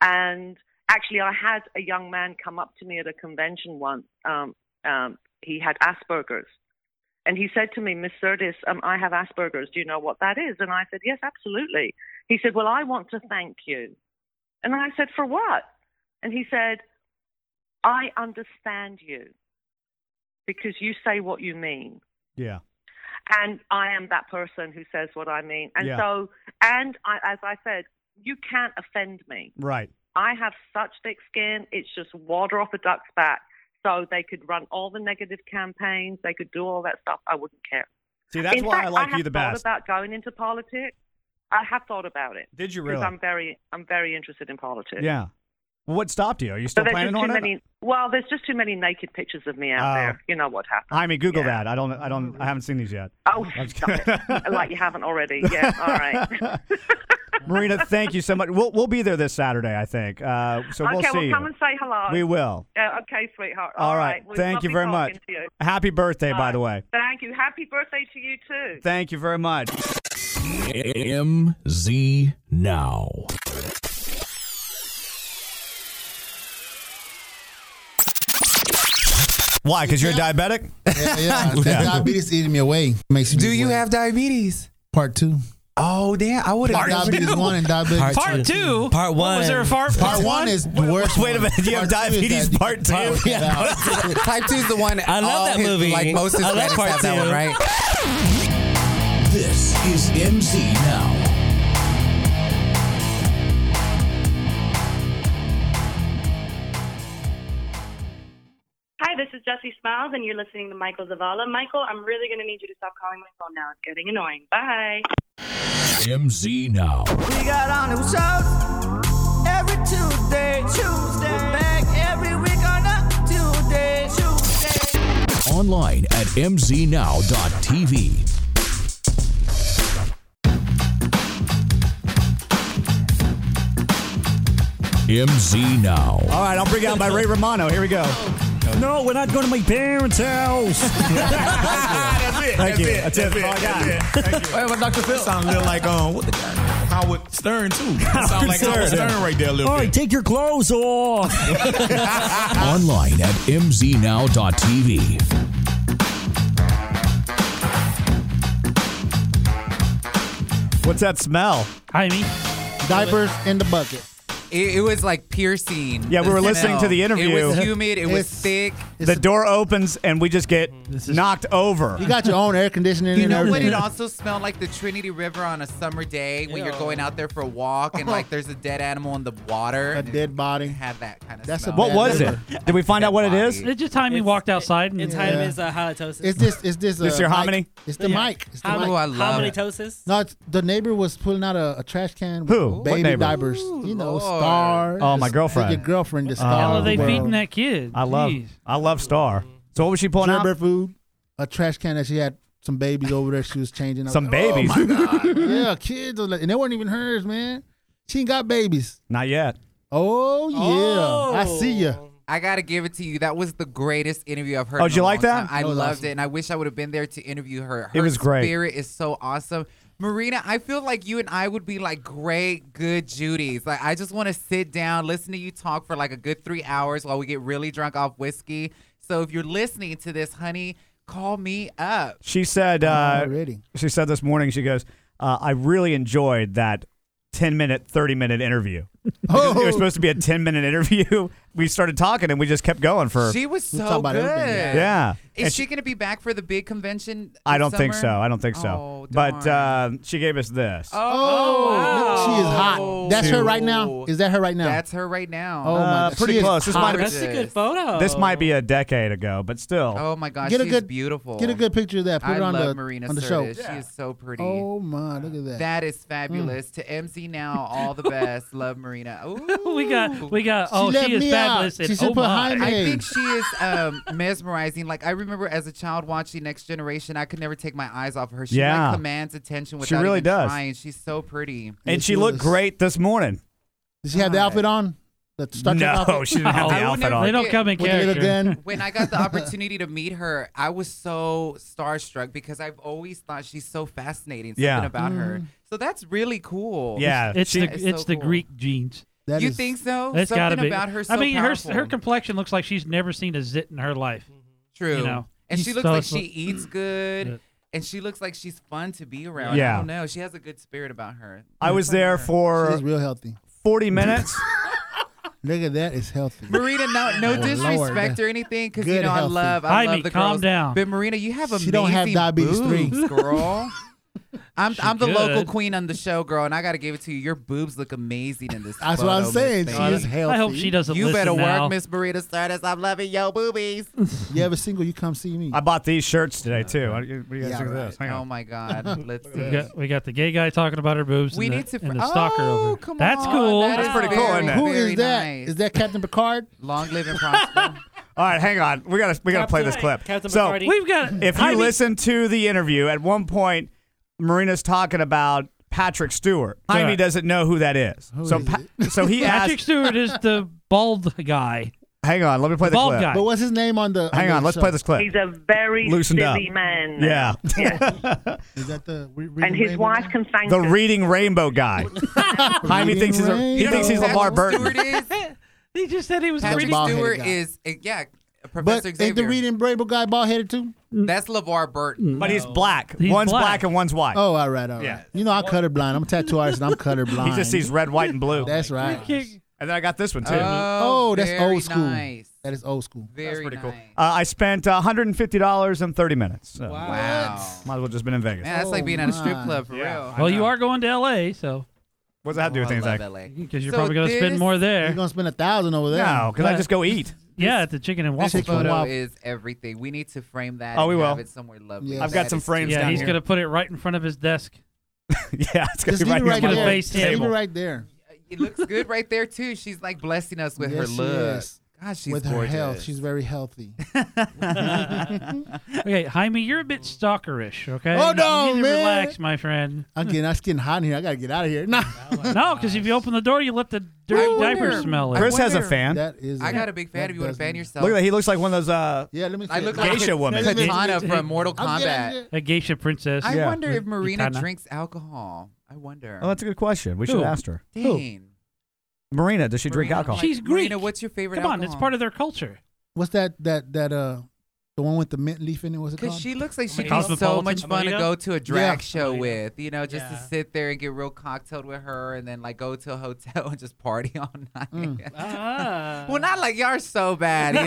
[SPEAKER 10] And actually, I had a young man come up to me at a convention once. Um, um, he had Asperger's. And he said to me, Miss Surdis, um, I have Asperger's. Do you know what that is? And I said, Yes, absolutely. He said, Well, I want to thank you. And I said, For what? And he said, I understand you because you say what you mean
[SPEAKER 5] Yeah.
[SPEAKER 10] and I am that person who says what I mean. And
[SPEAKER 5] Yeah.
[SPEAKER 10] so, and I, as I said, you can't offend me.
[SPEAKER 5] Right.
[SPEAKER 10] I have such thick skin; it's just water off a duck's back. So they could run all the negative campaigns, they could do all that stuff. I wouldn't care.
[SPEAKER 5] See, that's
[SPEAKER 10] In
[SPEAKER 5] why
[SPEAKER 10] fact,
[SPEAKER 5] I like
[SPEAKER 10] have
[SPEAKER 5] you the
[SPEAKER 10] thought
[SPEAKER 5] best.
[SPEAKER 10] About going into politics, I have thought about it.
[SPEAKER 5] Did you
[SPEAKER 10] 'Cause
[SPEAKER 5] really?
[SPEAKER 10] I'm very, I'm very interested in politics.
[SPEAKER 5] yeah. Well, what stopped you? Are you
[SPEAKER 10] So
[SPEAKER 5] still
[SPEAKER 10] there's
[SPEAKER 5] planning
[SPEAKER 10] just
[SPEAKER 5] on
[SPEAKER 10] too
[SPEAKER 5] it?
[SPEAKER 10] many. Well, there's just too many naked pictures of me out
[SPEAKER 5] Oh.
[SPEAKER 10] there. You know what happened?
[SPEAKER 5] I mean, Google that. I don't. I don't. I haven't seen these yet.
[SPEAKER 10] Oh, stop it. like you haven't already. Yeah. All right.
[SPEAKER 5] Marina, thank you so much. We'll we'll be there this Saturday, I think. Uh, so we'll
[SPEAKER 10] okay,
[SPEAKER 5] see.
[SPEAKER 10] well,
[SPEAKER 5] you.
[SPEAKER 10] come and say hello.
[SPEAKER 5] We will.
[SPEAKER 10] Uh, okay, sweetheart.
[SPEAKER 5] All right.
[SPEAKER 10] Well, it's
[SPEAKER 5] Thank you
[SPEAKER 10] lovely
[SPEAKER 5] very much.
[SPEAKER 10] talking to you.
[SPEAKER 5] Happy birthday, by
[SPEAKER 10] All
[SPEAKER 5] the way.
[SPEAKER 10] right. Thank you. Happy birthday to you too.
[SPEAKER 5] Thank you very much.
[SPEAKER 1] MZ Now.
[SPEAKER 5] Why? Because you're diabetic?
[SPEAKER 6] Yeah, yeah. Diabetes eating me away. Makes me
[SPEAKER 4] Do you
[SPEAKER 6] weak.
[SPEAKER 4] have diabetes?
[SPEAKER 6] part two?
[SPEAKER 4] Oh damn! I would have.
[SPEAKER 6] Diabetes one and diabetes
[SPEAKER 12] Part
[SPEAKER 7] Part two.
[SPEAKER 12] Part one.
[SPEAKER 7] Was there a part?
[SPEAKER 6] Part one is the worst.
[SPEAKER 12] Wait a
[SPEAKER 6] one.
[SPEAKER 12] minute, you have
[SPEAKER 6] Part two is
[SPEAKER 12] diabetes
[SPEAKER 6] that-
[SPEAKER 12] part two? Yeah.
[SPEAKER 4] Type two is the one.
[SPEAKER 12] I love
[SPEAKER 4] all
[SPEAKER 12] that
[SPEAKER 4] his-
[SPEAKER 12] movie.
[SPEAKER 4] Like most
[SPEAKER 12] I love
[SPEAKER 4] Hispanics
[SPEAKER 12] part
[SPEAKER 4] have that one,
[SPEAKER 12] two.
[SPEAKER 4] right?
[SPEAKER 1] This is MZ Now.
[SPEAKER 13] Hi, this is Jesse Smiles, and you're listening to Michael Zavala. Michael, I'm really going to need you to stop calling my phone now. It's getting annoying. Bye.
[SPEAKER 1] MZ Now.
[SPEAKER 14] We got our new shows every Tuesday, Tuesday. We're back every week on a Tuesday, Tuesday.
[SPEAKER 1] Online at mznow.tv. MZ Now.
[SPEAKER 5] All right, I'll bring it on by Ray Romano. Here we go.
[SPEAKER 12] Mexico.
[SPEAKER 5] No, we're not going to my parents' house.
[SPEAKER 12] that's it.
[SPEAKER 5] Thank
[SPEAKER 12] that's
[SPEAKER 5] you.
[SPEAKER 12] it.
[SPEAKER 5] That's it. All I got.
[SPEAKER 12] That's it. Thank you. Wait, but Dr. Phil sounds a little like um, what the guy? Howard Stern too. That sound like Howard Stern right there a little bit.
[SPEAKER 5] take your clothes off.
[SPEAKER 1] Online at mznow.tv.
[SPEAKER 5] What's that smell?
[SPEAKER 7] I mean,
[SPEAKER 6] diapers in the bucket.
[SPEAKER 4] It, it was like piercing.
[SPEAKER 5] Yeah, we
[SPEAKER 4] the
[SPEAKER 5] were listening
[SPEAKER 4] smell.
[SPEAKER 5] to the
[SPEAKER 4] It was
[SPEAKER 5] interview.
[SPEAKER 4] humid. It was
[SPEAKER 6] It's-
[SPEAKER 4] thick.
[SPEAKER 5] The door opens and we just get knocked over.
[SPEAKER 6] You got your own air conditioning
[SPEAKER 4] You
[SPEAKER 6] and
[SPEAKER 4] know what?
[SPEAKER 6] everything.
[SPEAKER 4] It also smelled like the Trinity River on a summer day when you're going out there for a walk and like there's a dead animal in the water. A
[SPEAKER 6] dead body.
[SPEAKER 4] Had that kind of.
[SPEAKER 6] That's a
[SPEAKER 5] What
[SPEAKER 6] bad
[SPEAKER 5] was it?
[SPEAKER 6] number.
[SPEAKER 5] Did we find out what it is?
[SPEAKER 7] It's just time he walked outside. And,
[SPEAKER 8] It's
[SPEAKER 6] Yeah.
[SPEAKER 8] Hymen is uh, halitosis.
[SPEAKER 6] It's this. It's this. Uh,
[SPEAKER 5] This your
[SPEAKER 6] mic.
[SPEAKER 5] hominy?
[SPEAKER 6] It's the
[SPEAKER 8] Yeah.
[SPEAKER 6] mic. It's the
[SPEAKER 8] Hom-
[SPEAKER 6] mic.
[SPEAKER 8] Oh, I love it. Homonitosis?
[SPEAKER 6] No, it's, the neighbor was pulling out a, a trash can. With
[SPEAKER 5] Who? What
[SPEAKER 6] Baby
[SPEAKER 5] neighbor?
[SPEAKER 6] diapers. you know, star.
[SPEAKER 5] Oh, my
[SPEAKER 6] the-
[SPEAKER 5] girlfriend. Oh.
[SPEAKER 6] Your girlfriend. The star.
[SPEAKER 7] How are they
[SPEAKER 6] well,
[SPEAKER 7] feeding that kid?
[SPEAKER 5] I love
[SPEAKER 7] Jeez.
[SPEAKER 5] I love Star. So what was she pulling
[SPEAKER 6] Gerber
[SPEAKER 5] out?
[SPEAKER 6] food. A trash can that she had some babies over there. She was changing. I was
[SPEAKER 5] Some
[SPEAKER 6] like,
[SPEAKER 5] babies.
[SPEAKER 6] Oh my God. yeah, kids. are like- And they weren't even hers, man. She ain't got babies.
[SPEAKER 5] Not yet.
[SPEAKER 6] Oh yeah, I
[SPEAKER 4] Oh.
[SPEAKER 6] see ya.
[SPEAKER 4] I gotta give it to you. That was the greatest interview I've heard.
[SPEAKER 5] Oh,
[SPEAKER 4] in
[SPEAKER 5] did
[SPEAKER 4] a
[SPEAKER 5] you like
[SPEAKER 4] long
[SPEAKER 5] that?
[SPEAKER 4] time. I
[SPEAKER 5] That was
[SPEAKER 4] loved
[SPEAKER 5] awesome.
[SPEAKER 4] it, and I wish I would have been there to interview her.
[SPEAKER 5] It
[SPEAKER 4] Her
[SPEAKER 5] was great.
[SPEAKER 4] Spirit is so awesome. Marina, I feel like you and I would be like great, good Judy's. Like I just want to sit down, listen to you talk for like a good three hours while we get really drunk off whiskey. So if you're listening to this, honey, call me up.
[SPEAKER 5] She said. Uh,
[SPEAKER 6] Already.
[SPEAKER 5] She said this morning. She goes, uh, "I really enjoyed that ten minute, thirty minute interview. It
[SPEAKER 6] Oh.
[SPEAKER 5] was supposed to be a ten minute interview. We started talking and we just kept going for.
[SPEAKER 4] She was
[SPEAKER 6] We'll
[SPEAKER 4] so
[SPEAKER 6] talk about
[SPEAKER 4] good.
[SPEAKER 6] everything, yeah.
[SPEAKER 5] yeah.
[SPEAKER 4] Is
[SPEAKER 5] And
[SPEAKER 4] she, gonna be back for the big convention?
[SPEAKER 5] I
[SPEAKER 4] this
[SPEAKER 5] don't think
[SPEAKER 4] summer?
[SPEAKER 5] so. I don't think so.
[SPEAKER 4] Oh,
[SPEAKER 5] but uh,
[SPEAKER 4] darn.
[SPEAKER 5] she gave us this.
[SPEAKER 6] Oh, look, she is hot. That's her right now. Is that her right now?
[SPEAKER 4] That's her right now.
[SPEAKER 6] Oh, my
[SPEAKER 5] Uh,
[SPEAKER 6] God.
[SPEAKER 5] pretty
[SPEAKER 6] She is
[SPEAKER 5] close. This might
[SPEAKER 6] hot.
[SPEAKER 5] have
[SPEAKER 8] That's a good photo.
[SPEAKER 5] This might be a decade ago, but still.
[SPEAKER 4] Oh my gosh,
[SPEAKER 6] Get a
[SPEAKER 4] she's
[SPEAKER 6] good-
[SPEAKER 4] beautiful.
[SPEAKER 6] Get a good picture of that. Put
[SPEAKER 4] I
[SPEAKER 6] it on
[SPEAKER 4] love
[SPEAKER 6] the
[SPEAKER 4] Marina
[SPEAKER 6] on the show.
[SPEAKER 4] Sirtis. She is so pretty.
[SPEAKER 6] Oh Mm. my, look at that.
[SPEAKER 4] That is fabulous. To MC now, all the best. Love Marina. Ooh.
[SPEAKER 7] we got we got.
[SPEAKER 6] She
[SPEAKER 7] Oh,
[SPEAKER 6] let
[SPEAKER 7] she is
[SPEAKER 6] me out.
[SPEAKER 7] fabulous. and
[SPEAKER 6] She said
[SPEAKER 7] oh my.
[SPEAKER 6] behind
[SPEAKER 4] I
[SPEAKER 6] Hey.
[SPEAKER 4] think she is um, mesmerizing. Like I remember as a child watching Next Generation, I could never take my eyes off of her. She
[SPEAKER 5] Yeah.
[SPEAKER 4] like, commands attention
[SPEAKER 5] She
[SPEAKER 4] without
[SPEAKER 5] really
[SPEAKER 4] even
[SPEAKER 5] does.
[SPEAKER 4] trying. She's so pretty.
[SPEAKER 5] and
[SPEAKER 6] Yes,
[SPEAKER 5] she
[SPEAKER 6] she
[SPEAKER 5] looked
[SPEAKER 6] was.
[SPEAKER 5] great this morning.
[SPEAKER 6] Did she have the outfit on? The Star Trek
[SPEAKER 5] No,
[SPEAKER 6] outfit?
[SPEAKER 5] she didn't have the
[SPEAKER 4] I will
[SPEAKER 5] outfit
[SPEAKER 4] never
[SPEAKER 7] They
[SPEAKER 5] on.
[SPEAKER 7] don't
[SPEAKER 4] forget.
[SPEAKER 7] come in
[SPEAKER 6] With the little
[SPEAKER 7] character.
[SPEAKER 6] gun.
[SPEAKER 4] when I got the opportunity to meet her, I was so starstruck because I've always thought she's so fascinating. Something
[SPEAKER 5] Yeah.
[SPEAKER 4] about her.
[SPEAKER 7] Mm.
[SPEAKER 4] So that's really cool.
[SPEAKER 5] Yeah,
[SPEAKER 7] It's
[SPEAKER 5] she-
[SPEAKER 7] the
[SPEAKER 4] It's
[SPEAKER 7] it's,
[SPEAKER 4] so
[SPEAKER 7] the
[SPEAKER 4] cool.
[SPEAKER 7] Greek genes.
[SPEAKER 6] That
[SPEAKER 4] you
[SPEAKER 6] is-
[SPEAKER 4] think so?
[SPEAKER 7] It's
[SPEAKER 4] Something
[SPEAKER 7] got to be.
[SPEAKER 4] about her. So
[SPEAKER 7] I mean,
[SPEAKER 4] powerful.
[SPEAKER 7] her her complexion looks like she's never seen a zit in her life.
[SPEAKER 4] True.
[SPEAKER 7] you know,
[SPEAKER 4] and
[SPEAKER 7] you
[SPEAKER 4] she looks
[SPEAKER 7] saw
[SPEAKER 4] like
[SPEAKER 7] some-
[SPEAKER 4] she eats good.
[SPEAKER 7] Yeah.
[SPEAKER 4] And she looks like she's fun to be around.
[SPEAKER 5] Yeah.
[SPEAKER 4] I don't know. She has a good spirit about her.
[SPEAKER 5] I was there for
[SPEAKER 6] She's real healthy.
[SPEAKER 5] 40 minutes.
[SPEAKER 6] Look at that. It's healthy.
[SPEAKER 4] Marina, no, no
[SPEAKER 6] Oh,
[SPEAKER 4] disrespect
[SPEAKER 6] Lord.
[SPEAKER 4] or anything, because
[SPEAKER 6] Good,
[SPEAKER 4] you know I
[SPEAKER 6] healthy.
[SPEAKER 4] love, I
[SPEAKER 7] Jaime,
[SPEAKER 4] love the
[SPEAKER 7] calm
[SPEAKER 4] girls.
[SPEAKER 7] down.
[SPEAKER 4] But Marina, you have amazing
[SPEAKER 6] She don't have diabetes three.
[SPEAKER 4] boobs, girl. I'm I'm the local
[SPEAKER 7] good.
[SPEAKER 4] queen on the show, girl, and I gotta give it to you. Your boobs look amazing in this.
[SPEAKER 6] That's what I'm
[SPEAKER 4] photo, Miss
[SPEAKER 6] saying. She
[SPEAKER 4] Thing.
[SPEAKER 6] is healthy.
[SPEAKER 7] I hope she doesn't
[SPEAKER 4] You
[SPEAKER 7] listen
[SPEAKER 4] better
[SPEAKER 7] now.
[SPEAKER 4] work, Miss Marina Stardust. I'm loving your boobies.
[SPEAKER 6] You ever single? You come see me.
[SPEAKER 5] I bought these shirts today, too. What do you what do you guys
[SPEAKER 6] Yeah,
[SPEAKER 5] think of
[SPEAKER 6] right.
[SPEAKER 5] this? Hang
[SPEAKER 4] oh
[SPEAKER 5] on.
[SPEAKER 4] my God, let's do
[SPEAKER 7] We
[SPEAKER 4] it.
[SPEAKER 7] got, we got the gay guy talking about her boobs.
[SPEAKER 4] We
[SPEAKER 7] and
[SPEAKER 4] need
[SPEAKER 7] the,
[SPEAKER 4] to. Fr-
[SPEAKER 7] and the stalker
[SPEAKER 4] oh,
[SPEAKER 7] over.
[SPEAKER 4] Come
[SPEAKER 7] That's
[SPEAKER 4] on.
[SPEAKER 7] cool.
[SPEAKER 4] That
[SPEAKER 5] That's pretty cool,
[SPEAKER 4] very,
[SPEAKER 5] isn't it?
[SPEAKER 6] Who is
[SPEAKER 4] very
[SPEAKER 6] that?
[SPEAKER 4] nice.
[SPEAKER 6] Is that Captain Picard?
[SPEAKER 4] Long live and prosper.
[SPEAKER 5] All right, hang on. We gotta we gotta play this clip.
[SPEAKER 8] Captain
[SPEAKER 5] so
[SPEAKER 8] McCarty.
[SPEAKER 7] We've got.
[SPEAKER 5] if you
[SPEAKER 7] Jaime-
[SPEAKER 5] listen to the interview, at one point Marina's talking about Patrick Stewart.
[SPEAKER 7] Right.
[SPEAKER 5] Jaime doesn't know who that is. so
[SPEAKER 6] is
[SPEAKER 5] Pa- so he
[SPEAKER 7] Patrick
[SPEAKER 5] asked.
[SPEAKER 7] Stewart is the bald guy.
[SPEAKER 5] Hang on, let me play the
[SPEAKER 7] Bald
[SPEAKER 5] clip.
[SPEAKER 7] guy.
[SPEAKER 6] But what's his name on the?
[SPEAKER 5] Hang
[SPEAKER 6] the
[SPEAKER 5] on, let's
[SPEAKER 6] show?
[SPEAKER 5] play this clip.
[SPEAKER 10] He's a very
[SPEAKER 5] Loosened
[SPEAKER 10] busy
[SPEAKER 5] up.
[SPEAKER 10] man.
[SPEAKER 5] Yeah,
[SPEAKER 6] Is that the? Re- Reading
[SPEAKER 10] And his
[SPEAKER 6] Rainbow
[SPEAKER 10] wife
[SPEAKER 6] guy?
[SPEAKER 10] can thank
[SPEAKER 5] the
[SPEAKER 10] him.
[SPEAKER 5] reading rainbow guy. Jaime
[SPEAKER 6] Reading
[SPEAKER 5] thinks he's a, he
[SPEAKER 6] Rainbow.
[SPEAKER 5] thinks he's
[SPEAKER 6] You know
[SPEAKER 5] Lamar
[SPEAKER 4] Patrick
[SPEAKER 5] Burton.
[SPEAKER 4] Stewart is.
[SPEAKER 7] He just said he was
[SPEAKER 6] Patrick
[SPEAKER 7] pretty.
[SPEAKER 4] Patrick
[SPEAKER 6] bald-headed
[SPEAKER 4] Stewart
[SPEAKER 6] guy.
[SPEAKER 4] is uh, yeah,
[SPEAKER 6] But
[SPEAKER 4] Professor
[SPEAKER 6] is the
[SPEAKER 4] Xavier.
[SPEAKER 6] reading Rainbow guy bald headed too?
[SPEAKER 4] That's LeVar Burton.
[SPEAKER 5] But he's black.
[SPEAKER 7] He's
[SPEAKER 5] one's black.
[SPEAKER 7] black.
[SPEAKER 5] and one's white.
[SPEAKER 6] Oh, all right, all right.
[SPEAKER 5] Yeah.
[SPEAKER 6] You know I'm colorblind. I'm a tattoo artist and I'm colorblind.
[SPEAKER 5] he just sees red, white, and blue.
[SPEAKER 6] That's right.
[SPEAKER 5] and then I got this one too.
[SPEAKER 6] Oh, that's
[SPEAKER 4] very
[SPEAKER 6] old school.
[SPEAKER 4] Nice.
[SPEAKER 6] That is old school.
[SPEAKER 4] Very
[SPEAKER 5] That's pretty
[SPEAKER 4] nice.
[SPEAKER 5] cool. Uh, I spent uh, $150 in 30 minutes. So
[SPEAKER 8] Wow.
[SPEAKER 4] Wow.
[SPEAKER 5] Might as well just been in Vegas.
[SPEAKER 4] Man, that's like
[SPEAKER 6] Oh,
[SPEAKER 4] being at a strip
[SPEAKER 6] my.
[SPEAKER 4] club for
[SPEAKER 5] Yeah.
[SPEAKER 4] real. I
[SPEAKER 7] Well, you
[SPEAKER 4] know.
[SPEAKER 7] are going to L.A., so
[SPEAKER 5] What's that have to do with
[SPEAKER 4] Oh, I
[SPEAKER 5] things like
[SPEAKER 4] love LA.
[SPEAKER 7] because you're
[SPEAKER 4] So
[SPEAKER 7] probably going to spend
[SPEAKER 4] this-
[SPEAKER 7] more
[SPEAKER 6] You're
[SPEAKER 7] there.
[SPEAKER 6] gonna spend a thousand over there.
[SPEAKER 5] No, because I just go eat.
[SPEAKER 7] yeah, at the chicken and
[SPEAKER 6] This
[SPEAKER 7] waffle
[SPEAKER 6] is
[SPEAKER 4] Photo
[SPEAKER 6] Chicken
[SPEAKER 7] photo.
[SPEAKER 6] Wow.
[SPEAKER 4] is everything. We need to frame that.
[SPEAKER 5] Oh, we
[SPEAKER 4] and have
[SPEAKER 5] will.
[SPEAKER 4] it somewhere lovely.
[SPEAKER 6] Yes.
[SPEAKER 5] I've got some frames
[SPEAKER 7] Yeah,
[SPEAKER 5] down
[SPEAKER 7] he's
[SPEAKER 5] here.
[SPEAKER 7] going to put it right in front of his desk.
[SPEAKER 5] yeah, it's gonna
[SPEAKER 6] Just
[SPEAKER 5] be right,
[SPEAKER 6] leave it right
[SPEAKER 5] near my
[SPEAKER 7] gonna
[SPEAKER 6] there.
[SPEAKER 7] face
[SPEAKER 6] Just leave
[SPEAKER 5] table.
[SPEAKER 4] Uh,
[SPEAKER 6] it right there.
[SPEAKER 4] It looks good right there too. She's like blessing us with her
[SPEAKER 6] Yes, she
[SPEAKER 4] look.
[SPEAKER 6] is.
[SPEAKER 4] Gosh, she's
[SPEAKER 6] with
[SPEAKER 4] gorgeous.
[SPEAKER 6] her health. She's very healthy.
[SPEAKER 7] okay, Jaime, you're a bit stalkerish. Okay.
[SPEAKER 6] Oh, no,
[SPEAKER 7] you need to
[SPEAKER 6] man.
[SPEAKER 7] Relax, my friend.
[SPEAKER 6] I'm getting, it's getting hot in here. I gotta get out of here. Nah.
[SPEAKER 7] No, because if you open the door, you let the dirty diaper smell. it.
[SPEAKER 5] Chris has a fan.
[SPEAKER 6] That is.
[SPEAKER 4] I got a big fan. If you want to fan yourself,
[SPEAKER 5] Look at that. He looks like one of those. Uh,
[SPEAKER 6] yeah, let me.
[SPEAKER 4] I look like
[SPEAKER 5] geisha woman.
[SPEAKER 4] Katana from Mortal
[SPEAKER 6] I'm getting
[SPEAKER 4] Kombat.
[SPEAKER 7] A geisha princess.
[SPEAKER 4] I
[SPEAKER 5] Yeah.
[SPEAKER 4] wonder if Marina
[SPEAKER 5] Katana.
[SPEAKER 4] drinks alcohol. I wonder.
[SPEAKER 5] Oh, that's a good question. We should
[SPEAKER 7] Who?
[SPEAKER 5] ask her.
[SPEAKER 4] Dang.
[SPEAKER 5] Marina, does she drink
[SPEAKER 4] Marina,
[SPEAKER 5] alcohol?
[SPEAKER 4] like,
[SPEAKER 7] She's Greek.
[SPEAKER 4] Marina, what's your favorite?
[SPEAKER 7] Come on, it's part of their culture.
[SPEAKER 6] What's that? That that uh, the one with the mint leaf in it. What's it
[SPEAKER 4] Because
[SPEAKER 6] called?
[SPEAKER 4] she looks like she'd be so
[SPEAKER 7] Cosmopolitan.
[SPEAKER 4] much fun to
[SPEAKER 7] Marina?
[SPEAKER 4] go to a drag
[SPEAKER 6] Yeah.
[SPEAKER 4] show with, you know, just to
[SPEAKER 8] Yeah.
[SPEAKER 4] sit there and get real cocktailed with her, and then like go to a hotel and just party all night.
[SPEAKER 6] Mm.
[SPEAKER 8] Ah.
[SPEAKER 4] well, not like y'all are so bad, you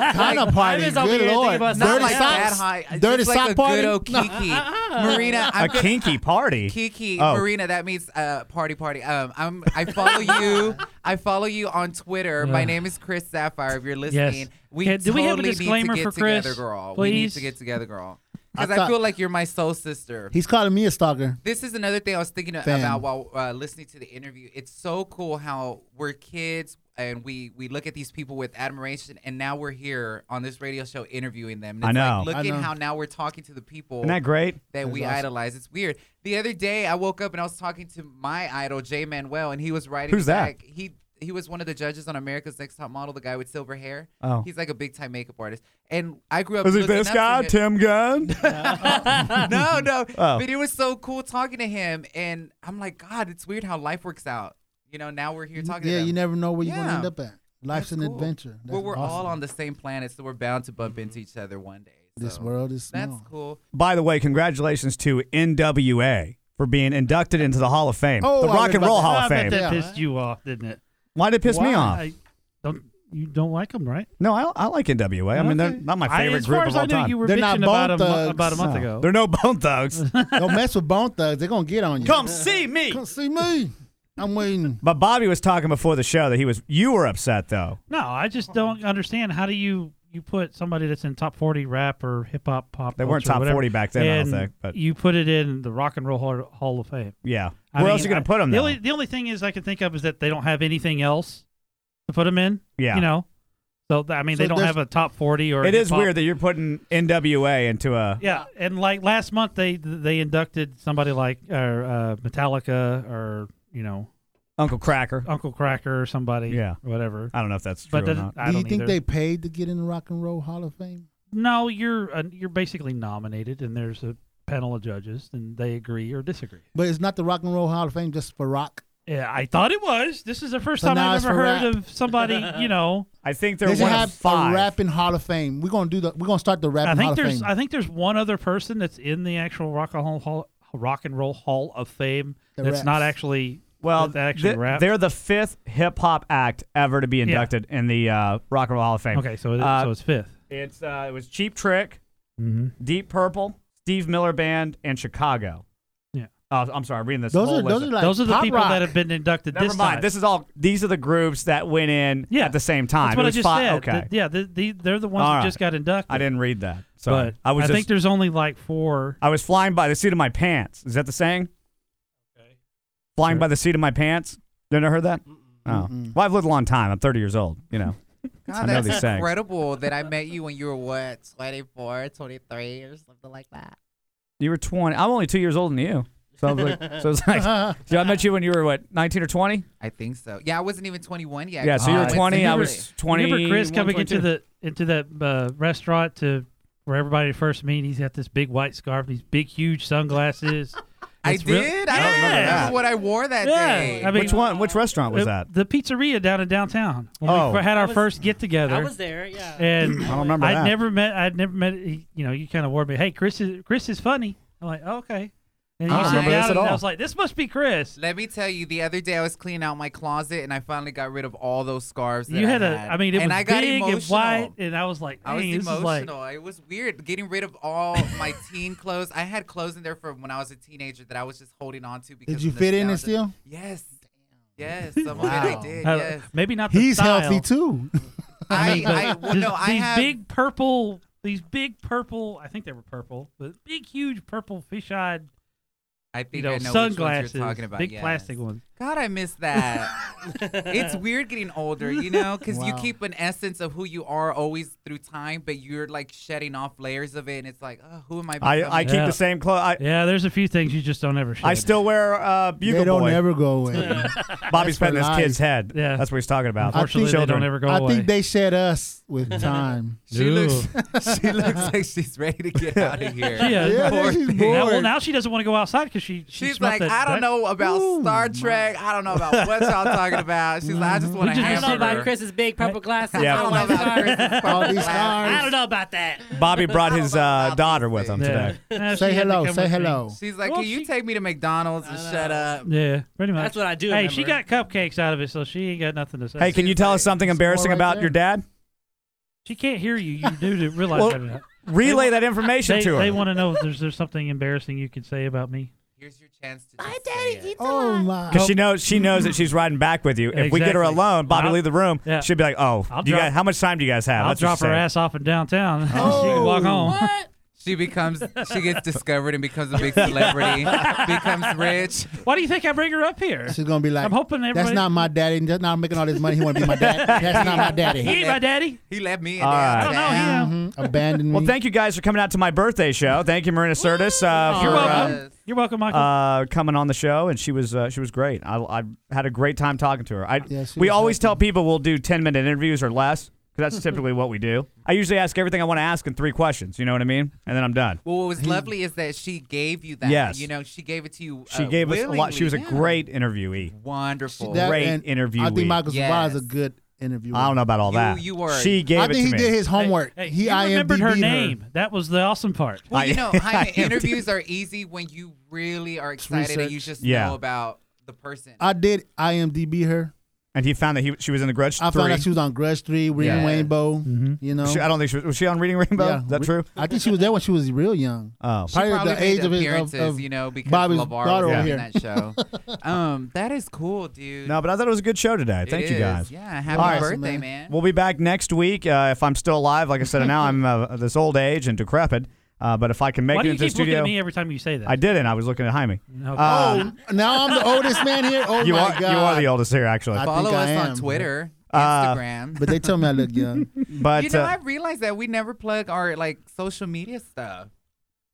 [SPEAKER 6] what kind of party?
[SPEAKER 8] Ivan's over
[SPEAKER 6] Good
[SPEAKER 8] here thinking
[SPEAKER 6] lord.
[SPEAKER 8] about
[SPEAKER 6] Dirty
[SPEAKER 8] something
[SPEAKER 4] Not like that
[SPEAKER 6] socks.
[SPEAKER 4] high. It's
[SPEAKER 6] Dirty
[SPEAKER 4] just like
[SPEAKER 6] sock
[SPEAKER 4] a
[SPEAKER 6] party?
[SPEAKER 4] good old
[SPEAKER 6] No.
[SPEAKER 4] kiki. Marina,
[SPEAKER 5] a
[SPEAKER 4] I'm gonna-
[SPEAKER 5] kinky party.
[SPEAKER 4] Kiki,
[SPEAKER 5] Oh.
[SPEAKER 4] Marina, that means uh, party party. Um, I'm I follow you. I follow you on Twitter. My
[SPEAKER 7] Ugh.
[SPEAKER 4] name is Chris Sapphire. If you're listening, we
[SPEAKER 7] Okay, do we
[SPEAKER 4] totally
[SPEAKER 7] have a disclaimer
[SPEAKER 4] need to
[SPEAKER 7] for
[SPEAKER 4] get
[SPEAKER 7] Chris,
[SPEAKER 4] together, girl. We need
[SPEAKER 7] please?
[SPEAKER 4] to get together, girl.
[SPEAKER 6] I
[SPEAKER 4] Because I,
[SPEAKER 6] thought-
[SPEAKER 4] feel like you're my soul sister.
[SPEAKER 6] He's calling me a stalker.
[SPEAKER 4] This is another thing I was thinking
[SPEAKER 6] Fam.
[SPEAKER 4] about while uh, listening to the interview. It's so cool how we're kids and we we look at these people with admiration, and now we're here on this radio show interviewing them. And
[SPEAKER 5] I
[SPEAKER 4] it's
[SPEAKER 5] know.
[SPEAKER 4] Like,
[SPEAKER 6] I
[SPEAKER 4] look
[SPEAKER 6] know.
[SPEAKER 4] at how now we're talking to the people
[SPEAKER 5] Isn't that great?
[SPEAKER 4] that
[SPEAKER 6] That's
[SPEAKER 4] we
[SPEAKER 6] awesome.
[SPEAKER 4] idolize. It's weird. The other day, I woke up and I was talking to my idol Jay Manuel, and he was writing.
[SPEAKER 5] Who's that?
[SPEAKER 4] back. He he was one of the judges on America's Next Top Model, the guy with silver hair.
[SPEAKER 5] Oh.
[SPEAKER 4] he's like a big time makeup artist. And I grew up.
[SPEAKER 5] Is it
[SPEAKER 4] looking
[SPEAKER 5] this
[SPEAKER 4] up to
[SPEAKER 5] guy,
[SPEAKER 4] him.
[SPEAKER 5] Tim Gunn?
[SPEAKER 4] no, no.
[SPEAKER 5] Oh.
[SPEAKER 4] But it was so cool talking to him, and I'm like, God, it's weird how life works out. You know, now we're here talking.
[SPEAKER 6] yeah,
[SPEAKER 4] to them.
[SPEAKER 6] you never know where you're gonna
[SPEAKER 4] Yeah.
[SPEAKER 6] end up at. Life's
[SPEAKER 4] That's
[SPEAKER 6] an
[SPEAKER 4] cool.
[SPEAKER 6] adventure.
[SPEAKER 4] Well,
[SPEAKER 6] That's
[SPEAKER 4] we're all
[SPEAKER 6] awesome.
[SPEAKER 4] on the same planet, so we're bound to bump into each other one day.
[SPEAKER 6] This
[SPEAKER 4] So
[SPEAKER 6] world is small.
[SPEAKER 4] That's cool.
[SPEAKER 5] By the way, congratulations to NWA for being inducted into the Hall of Fame,
[SPEAKER 6] Oh,
[SPEAKER 5] the
[SPEAKER 6] I
[SPEAKER 5] Rock
[SPEAKER 6] read
[SPEAKER 5] and
[SPEAKER 6] about
[SPEAKER 5] Roll
[SPEAKER 6] that.
[SPEAKER 5] Hall
[SPEAKER 7] I
[SPEAKER 5] of
[SPEAKER 7] bet
[SPEAKER 5] Fame.
[SPEAKER 7] that
[SPEAKER 6] Yeah.
[SPEAKER 7] pissed you off, didn't it?
[SPEAKER 5] Why did it piss me
[SPEAKER 7] Why?
[SPEAKER 5] off?
[SPEAKER 7] I don't you don't like them, right?
[SPEAKER 5] No, I, I like NWA. I mean, they're
[SPEAKER 7] Okay.
[SPEAKER 5] not my
[SPEAKER 7] I-
[SPEAKER 5] favorite
[SPEAKER 7] as
[SPEAKER 5] group
[SPEAKER 7] far
[SPEAKER 5] of
[SPEAKER 7] as
[SPEAKER 5] all
[SPEAKER 7] I knew,
[SPEAKER 5] time.
[SPEAKER 7] You were
[SPEAKER 6] They're
[SPEAKER 7] bitching
[SPEAKER 6] not
[SPEAKER 7] about
[SPEAKER 6] Bone
[SPEAKER 7] a, mo-
[SPEAKER 6] Thugs.
[SPEAKER 7] about a month
[SPEAKER 5] No.
[SPEAKER 7] ago.
[SPEAKER 5] They're no Bone Thugs.
[SPEAKER 6] Don't mess with bone thugs. They're gonna get on you.
[SPEAKER 5] Come see me.
[SPEAKER 6] Come see me. I'm waiting.
[SPEAKER 5] But Bobby was talking before the show that he was. You were upset though.
[SPEAKER 7] No, I just don't understand. How do you you put somebody that's in top forty rap or hip hop pop?
[SPEAKER 5] They weren't
[SPEAKER 7] culture,
[SPEAKER 5] top
[SPEAKER 7] whatever,
[SPEAKER 5] 40 back then, I don't
[SPEAKER 7] and
[SPEAKER 5] think, but-
[SPEAKER 7] you put it in the Rock and Roll Hall, Hall of Fame.
[SPEAKER 5] Yeah.
[SPEAKER 7] I
[SPEAKER 5] Where
[SPEAKER 7] mean,
[SPEAKER 5] else are you
[SPEAKER 7] I-
[SPEAKER 5] going to put him?
[SPEAKER 7] The
[SPEAKER 5] though?
[SPEAKER 7] only the only thing is I can think of is that they don't have anything else to put them in.
[SPEAKER 5] Yeah.
[SPEAKER 7] you know. So th- I mean,
[SPEAKER 6] So
[SPEAKER 7] they don't
[SPEAKER 6] there's-
[SPEAKER 7] have a top forty or.
[SPEAKER 5] it is
[SPEAKER 7] hip-hop.
[SPEAKER 5] weird that you're putting NWA into uh, a.
[SPEAKER 7] Yeah, and like last month they they inducted somebody like uh, uh, Metallica or you know
[SPEAKER 5] Uncle Cracker.
[SPEAKER 7] Uncle Cracker or somebody.
[SPEAKER 5] Yeah.
[SPEAKER 7] or whatever.
[SPEAKER 5] I don't know if that's true
[SPEAKER 7] But
[SPEAKER 5] or
[SPEAKER 7] doesn't-
[SPEAKER 5] not.
[SPEAKER 7] I
[SPEAKER 6] Do
[SPEAKER 7] don't
[SPEAKER 6] you think
[SPEAKER 7] either.
[SPEAKER 6] they paid to get in the Rock and Roll Hall of Fame?
[SPEAKER 7] No, you're uh, you're basically nominated, and there's a panel of judges, and they agree or disagree.
[SPEAKER 6] But it's not the Rock and Roll Hall of Fame just for rock.
[SPEAKER 7] Yeah, I thought it was. This is the first
[SPEAKER 6] So
[SPEAKER 7] time
[SPEAKER 6] now
[SPEAKER 7] I've
[SPEAKER 6] it's
[SPEAKER 7] ever
[SPEAKER 6] for
[SPEAKER 7] heard
[SPEAKER 6] rap.
[SPEAKER 7] of somebody. You know,
[SPEAKER 5] I think
[SPEAKER 6] They
[SPEAKER 5] they're
[SPEAKER 6] should
[SPEAKER 5] one
[SPEAKER 6] have
[SPEAKER 5] of five.
[SPEAKER 6] a rapping Hall of Fame. We're gonna do the. We're gonna start the rapping
[SPEAKER 7] I
[SPEAKER 6] Hall
[SPEAKER 7] think
[SPEAKER 6] of
[SPEAKER 7] there's
[SPEAKER 6] Fame.
[SPEAKER 7] I think there's one other person that's in the actual rock and roll hall, rock and roll Hall of Fame
[SPEAKER 6] The
[SPEAKER 7] that's
[SPEAKER 6] raps.
[SPEAKER 7] not actually
[SPEAKER 5] well,
[SPEAKER 7] that actually
[SPEAKER 5] th-
[SPEAKER 7] raps.
[SPEAKER 5] they're the fifth hip hop act ever to be inducted in the uh, Rock and Roll Hall of Fame.
[SPEAKER 7] okay, so it,
[SPEAKER 5] Uh,
[SPEAKER 7] so it's 5th
[SPEAKER 5] it's uh, it was Cheap Trick,
[SPEAKER 7] Mm-hmm.
[SPEAKER 5] Deep Purple, Steve Miller Band, and Chicago.
[SPEAKER 7] Yeah.
[SPEAKER 5] Oh, I'm sorry, I'm reading this.
[SPEAKER 6] those
[SPEAKER 5] whole
[SPEAKER 6] are
[SPEAKER 5] list
[SPEAKER 6] those are
[SPEAKER 5] of-
[SPEAKER 6] like
[SPEAKER 7] Those are the
[SPEAKER 6] pop
[SPEAKER 7] people
[SPEAKER 6] rock.
[SPEAKER 7] that have been inducted
[SPEAKER 5] Never
[SPEAKER 7] this
[SPEAKER 5] mind.
[SPEAKER 7] time.
[SPEAKER 5] This is all. These are the groups that went in
[SPEAKER 7] Yeah.
[SPEAKER 5] at the same time.
[SPEAKER 7] That's
[SPEAKER 5] It
[SPEAKER 7] what I
[SPEAKER 5] was
[SPEAKER 7] just
[SPEAKER 5] fi-
[SPEAKER 7] said.
[SPEAKER 5] Okay.
[SPEAKER 7] Th- yeah, they, they, they're the ones
[SPEAKER 5] All
[SPEAKER 7] that
[SPEAKER 5] right.
[SPEAKER 7] just got inducted.
[SPEAKER 5] I didn't read that. Sorry.
[SPEAKER 7] But
[SPEAKER 5] I was. just,
[SPEAKER 7] think there's only like four.
[SPEAKER 5] I was flying by the seat of my pants. Is that the saying?
[SPEAKER 7] Okay.
[SPEAKER 5] Flying
[SPEAKER 7] Sure.
[SPEAKER 5] by the seat of my pants. You never heard that? Oh.
[SPEAKER 6] Mm-mm.
[SPEAKER 5] Well, I've lived a long time. I'm 30 years old. You know. I
[SPEAKER 4] God,
[SPEAKER 5] know
[SPEAKER 4] that's
[SPEAKER 5] these things.
[SPEAKER 4] incredible that I met you when you were what, 24, 23 or something like that.
[SPEAKER 5] You were 20. I'm only two years older than you. So I was like, so it's like,
[SPEAKER 6] Uh-huh.
[SPEAKER 5] so I met you when you were what, 19 or 20?
[SPEAKER 4] I think so. Yeah, I wasn't even 21 yet.
[SPEAKER 5] Yeah. So you
[SPEAKER 7] Ah,
[SPEAKER 5] were
[SPEAKER 7] I see.
[SPEAKER 5] 20. I
[SPEAKER 7] Remember-
[SPEAKER 5] was 20.
[SPEAKER 7] Remember Chris coming into the into that uh, restaurant to where everybody first meet? He's got this big white scarf, these big huge sunglasses.
[SPEAKER 4] I
[SPEAKER 7] It's real-
[SPEAKER 4] did. I don't
[SPEAKER 7] Yeah.
[SPEAKER 4] remember what I wore that
[SPEAKER 7] Yeah.
[SPEAKER 4] day.
[SPEAKER 7] I mean-
[SPEAKER 5] Which one? Which restaurant was
[SPEAKER 7] Uh,
[SPEAKER 5] that?
[SPEAKER 7] The pizzeria down in downtown. When
[SPEAKER 5] Oh.
[SPEAKER 7] we f- had
[SPEAKER 8] I
[SPEAKER 7] our
[SPEAKER 8] was-
[SPEAKER 7] first get together.
[SPEAKER 8] I was there. Yeah.
[SPEAKER 7] and
[SPEAKER 5] I don't remember
[SPEAKER 7] I'd
[SPEAKER 5] that.
[SPEAKER 7] never met. I'd never met. he- You know, you kind of warned me. Hey, Chris is Chris is funny. I'm like, oh, okay. And
[SPEAKER 5] I
[SPEAKER 7] you
[SPEAKER 5] don't
[SPEAKER 7] sit
[SPEAKER 5] remember this
[SPEAKER 7] down
[SPEAKER 5] at
[SPEAKER 7] and
[SPEAKER 5] all.
[SPEAKER 7] I was like, this must be Chris.
[SPEAKER 4] Let me tell you, the other day I was cleaning out my closet and I finally got rid of all those scarves. That
[SPEAKER 7] you
[SPEAKER 4] I
[SPEAKER 7] had a.
[SPEAKER 4] had.
[SPEAKER 7] I mean, it
[SPEAKER 4] and
[SPEAKER 7] was
[SPEAKER 4] I got
[SPEAKER 7] big
[SPEAKER 4] emotional.
[SPEAKER 7] and white, and I was like,
[SPEAKER 4] I was
[SPEAKER 7] dang, this is like.
[SPEAKER 4] emotional. it was weird getting rid of all my teen clothes. I had clothes in there from when I was a teenager that I was just holding on to because
[SPEAKER 6] Did you
[SPEAKER 4] of
[SPEAKER 6] fit in it
[SPEAKER 4] nostalgia.
[SPEAKER 6] still?
[SPEAKER 4] Yes. Yes, some of it I
[SPEAKER 6] Wow.
[SPEAKER 4] did.
[SPEAKER 7] uh,
[SPEAKER 4] Yes.
[SPEAKER 7] Maybe not. The
[SPEAKER 6] He's
[SPEAKER 7] style.
[SPEAKER 6] healthy too.
[SPEAKER 4] I,
[SPEAKER 7] mean, but
[SPEAKER 4] I, well,
[SPEAKER 7] just
[SPEAKER 4] no, I
[SPEAKER 7] these
[SPEAKER 4] have
[SPEAKER 7] big purple, these big purple. I think they were purple, but big, huge purple fish-eyed,
[SPEAKER 4] I
[SPEAKER 7] you
[SPEAKER 4] think I
[SPEAKER 7] know,
[SPEAKER 4] know which ones
[SPEAKER 7] sunglasses,
[SPEAKER 4] you're talking about.
[SPEAKER 7] big
[SPEAKER 4] yes.
[SPEAKER 7] plastic ones.
[SPEAKER 4] God, I miss that. it's weird getting older, you know, because you
[SPEAKER 15] Wow.
[SPEAKER 4] keep an essence of who you are always through time, but you're like shedding off layers of it, and it's like, oh, who am I? Becoming?
[SPEAKER 7] Yeah. yeah, there's a few things you just don't ever. Shed.
[SPEAKER 5] I still wear uh, bugle
[SPEAKER 6] They don't
[SPEAKER 5] boy.
[SPEAKER 6] ever go away.
[SPEAKER 5] Bobby's
[SPEAKER 6] That's for
[SPEAKER 5] petting this
[SPEAKER 6] life.
[SPEAKER 5] kid's head. Yeah, that's what he's talking about.
[SPEAKER 6] I think they shed us with time.
[SPEAKER 4] She looks, she looks like she's ready to get out of here.
[SPEAKER 7] Yeah,
[SPEAKER 4] Poor thing.
[SPEAKER 7] Now, well, now she doesn't want to go outside because she, she
[SPEAKER 4] She's
[SPEAKER 7] smelt
[SPEAKER 4] like,
[SPEAKER 7] that-
[SPEAKER 4] I
[SPEAKER 7] that-
[SPEAKER 4] don't know about Star Trek. I don't know about what y'all talking about. She's like, I just want to
[SPEAKER 8] I
[SPEAKER 4] hamburger.
[SPEAKER 8] don't know about Chris's big purple glasses.
[SPEAKER 5] Yeah.
[SPEAKER 8] I don't know about Chris's
[SPEAKER 6] All these
[SPEAKER 8] I don't know about that.
[SPEAKER 5] Bobby brought his uh, daughter with him today.
[SPEAKER 6] Say hello, say hello.
[SPEAKER 4] She's like, can you take me to McDonald's and shut up?
[SPEAKER 7] Yeah, pretty much.
[SPEAKER 4] That's what I do
[SPEAKER 7] Hey,
[SPEAKER 4] remember.
[SPEAKER 7] she got cupcakes out of it, so she ain't got nothing to say.
[SPEAKER 5] Hey, can you tell us something embarrassing
[SPEAKER 7] right
[SPEAKER 5] about
[SPEAKER 7] there.
[SPEAKER 5] your dad?
[SPEAKER 7] She can't hear you. You do to realize
[SPEAKER 5] Well,
[SPEAKER 7] that. or not.
[SPEAKER 5] relay
[SPEAKER 7] They-
[SPEAKER 5] that information
[SPEAKER 7] they,
[SPEAKER 5] to her.
[SPEAKER 7] They want to know if there's, there's something embarrassing you could say about me.
[SPEAKER 4] Here's your chance to.
[SPEAKER 6] My daddy eats oh my!
[SPEAKER 5] Because she knows she knows that she's riding back with you. If we get her
[SPEAKER 7] Exactly.
[SPEAKER 5] alone, Bobby
[SPEAKER 7] I'll-
[SPEAKER 5] leave the room.
[SPEAKER 7] yeah.
[SPEAKER 5] She'll be like, "Oh,
[SPEAKER 7] I'll
[SPEAKER 5] you
[SPEAKER 7] drop-
[SPEAKER 5] guys, how much time do you Oh. guys have?"
[SPEAKER 7] I'll
[SPEAKER 5] That's what
[SPEAKER 7] drop
[SPEAKER 5] she
[SPEAKER 7] her
[SPEAKER 5] said.
[SPEAKER 7] ass off in downtown. she can walk home.
[SPEAKER 4] She becomes, she gets discovered and becomes a big celebrity, becomes rich.
[SPEAKER 7] Why do you think I bring her up here?
[SPEAKER 6] She's gonna be like,
[SPEAKER 7] I'm hoping
[SPEAKER 6] that's
[SPEAKER 7] everybody-
[SPEAKER 6] not my daddy. That's not making all this money. He want to be my dad. That's not my daddy.
[SPEAKER 7] He ain't my daddy.
[SPEAKER 4] He left me.
[SPEAKER 5] All right.
[SPEAKER 7] Oh,
[SPEAKER 6] Mhm. Abandoned me.
[SPEAKER 5] Well, thank you guys for coming out to my birthday show. Thank you, Marina Sirtis, uh, for
[SPEAKER 7] You're
[SPEAKER 5] uh,
[SPEAKER 7] welcome. You're welcome, Michael.
[SPEAKER 5] uh, coming on the show, and she was uh, she was great. I, I had a great time talking to her. I,
[SPEAKER 6] she
[SPEAKER 5] we
[SPEAKER 6] was
[SPEAKER 5] always tell people we'll do ten minute interviews or less because that's typically what we do. I usually ask everything I want to ask in three questions. You know what I mean? And then I'm done.
[SPEAKER 4] Well, what was lovely is that she gave you that.
[SPEAKER 5] Yes.
[SPEAKER 4] You know, she gave it to you.
[SPEAKER 5] She
[SPEAKER 4] uh,
[SPEAKER 5] gave us a lot. She was a
[SPEAKER 4] willingly.
[SPEAKER 5] great interviewee.
[SPEAKER 4] Wonderful.
[SPEAKER 6] That
[SPEAKER 5] Great
[SPEAKER 6] and
[SPEAKER 5] interview.
[SPEAKER 6] I think Michael Zavala is
[SPEAKER 4] Yes.
[SPEAKER 6] a good interviewer.
[SPEAKER 5] I don't know about all
[SPEAKER 6] You-
[SPEAKER 5] that.
[SPEAKER 6] you were-
[SPEAKER 5] She gave
[SPEAKER 6] I
[SPEAKER 5] it
[SPEAKER 6] think
[SPEAKER 5] to
[SPEAKER 6] he
[SPEAKER 5] me.
[SPEAKER 6] did his homework.
[SPEAKER 7] Hey,
[SPEAKER 6] he
[SPEAKER 7] you remembered
[SPEAKER 6] IMDb'd
[SPEAKER 7] her name. That was the awesome part.
[SPEAKER 4] Well, you know, Jaime,
[SPEAKER 6] IMDb.
[SPEAKER 4] interviews are easy when you really are excited and you
[SPEAKER 6] research.
[SPEAKER 4] just
[SPEAKER 5] Yeah.
[SPEAKER 4] know about the person.
[SPEAKER 6] I did IMDb her.
[SPEAKER 5] And he found that he, she was in the Grudge
[SPEAKER 6] I
[SPEAKER 5] three.
[SPEAKER 6] found out she was on Grudge Three, Reading
[SPEAKER 5] Yeah.
[SPEAKER 6] Rainbow. You know,
[SPEAKER 5] She- I don't think she was, was she on Reading Rainbow.
[SPEAKER 6] Yeah.
[SPEAKER 5] Is that true?
[SPEAKER 6] I think she was there when she was real young.
[SPEAKER 5] Oh,
[SPEAKER 4] She
[SPEAKER 6] probably,
[SPEAKER 4] probably
[SPEAKER 6] the age
[SPEAKER 4] made
[SPEAKER 6] of, his, of,
[SPEAKER 4] appearances,
[SPEAKER 6] of
[SPEAKER 4] you know, because
[SPEAKER 6] Bobby's
[SPEAKER 4] LaVar was
[SPEAKER 6] daughter over
[SPEAKER 4] on
[SPEAKER 6] here.
[SPEAKER 4] that show. um, that is cool, dude.
[SPEAKER 5] No, but I thought it was a good show today.
[SPEAKER 4] It
[SPEAKER 5] Thank you
[SPEAKER 4] is.
[SPEAKER 5] guys.
[SPEAKER 4] Yeah, happy
[SPEAKER 5] All right.
[SPEAKER 4] birthday, man.
[SPEAKER 5] We'll be back next week uh, if I'm still alive. Like I said, now I'm uh, this old age and decrepit. Uh, but if I can make
[SPEAKER 7] Why
[SPEAKER 5] it
[SPEAKER 7] do you
[SPEAKER 5] into
[SPEAKER 7] keep
[SPEAKER 5] the studio,
[SPEAKER 7] looking at me every time you say that?
[SPEAKER 5] I didn't. I was looking at Jaime.
[SPEAKER 7] Okay.
[SPEAKER 5] Uh,
[SPEAKER 6] oh, now I'm the oldest man here. Oh
[SPEAKER 5] you
[SPEAKER 6] my
[SPEAKER 5] are
[SPEAKER 6] god!
[SPEAKER 5] you are the oldest here, actually.
[SPEAKER 6] I
[SPEAKER 4] Follow
[SPEAKER 6] think
[SPEAKER 4] us
[SPEAKER 6] I
[SPEAKER 4] on
[SPEAKER 6] am.
[SPEAKER 4] Twitter,
[SPEAKER 5] Uh,
[SPEAKER 4] Instagram.
[SPEAKER 6] But they tell me I look young.
[SPEAKER 5] But
[SPEAKER 4] you know,
[SPEAKER 5] uh,
[SPEAKER 4] I realized that we never plug our like social media stuff.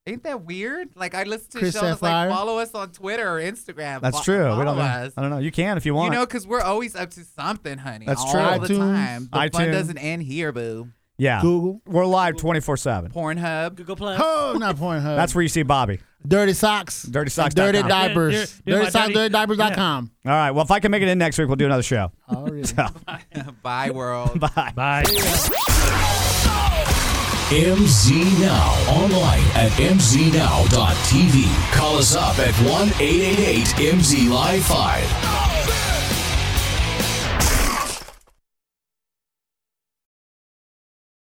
[SPEAKER 4] Ain't that weird? Like I listen to
[SPEAKER 5] Chris
[SPEAKER 4] shows
[SPEAKER 5] Sapphire?
[SPEAKER 4] like follow us on Twitter or Instagram.
[SPEAKER 5] that's
[SPEAKER 4] Fo-
[SPEAKER 5] true.
[SPEAKER 4] Follow
[SPEAKER 5] We don't. Know. I
[SPEAKER 4] us.
[SPEAKER 5] don't know. You can if you
[SPEAKER 4] You
[SPEAKER 5] want.
[SPEAKER 4] know, because we're always up to something, honey.
[SPEAKER 5] That's
[SPEAKER 4] all
[SPEAKER 5] true.
[SPEAKER 4] the
[SPEAKER 5] iTunes.
[SPEAKER 4] time. The fun
[SPEAKER 5] iTunes.
[SPEAKER 4] doesn't end here, boo.
[SPEAKER 5] yeah.
[SPEAKER 6] Google.
[SPEAKER 5] We're live 24 seven.
[SPEAKER 4] Pornhub, Google Plus.
[SPEAKER 6] Oh, not Pornhub.
[SPEAKER 5] That's where you see Bobby.
[SPEAKER 6] dirty socks,
[SPEAKER 5] Dirty socks.
[SPEAKER 6] dirty
[SPEAKER 5] dot com.
[SPEAKER 6] diapers,
[SPEAKER 4] dude, my
[SPEAKER 6] dirty socks,
[SPEAKER 4] dirty-
[SPEAKER 6] dirty diapers.com.
[SPEAKER 5] All right. Well, if I can make it in next week, we'll do another show.
[SPEAKER 6] All right.
[SPEAKER 4] Bye, world.
[SPEAKER 5] Bye.
[SPEAKER 7] Bye.
[SPEAKER 1] MZ Now online at mznow.tv. Call us up at 1 888 MZ Live 5.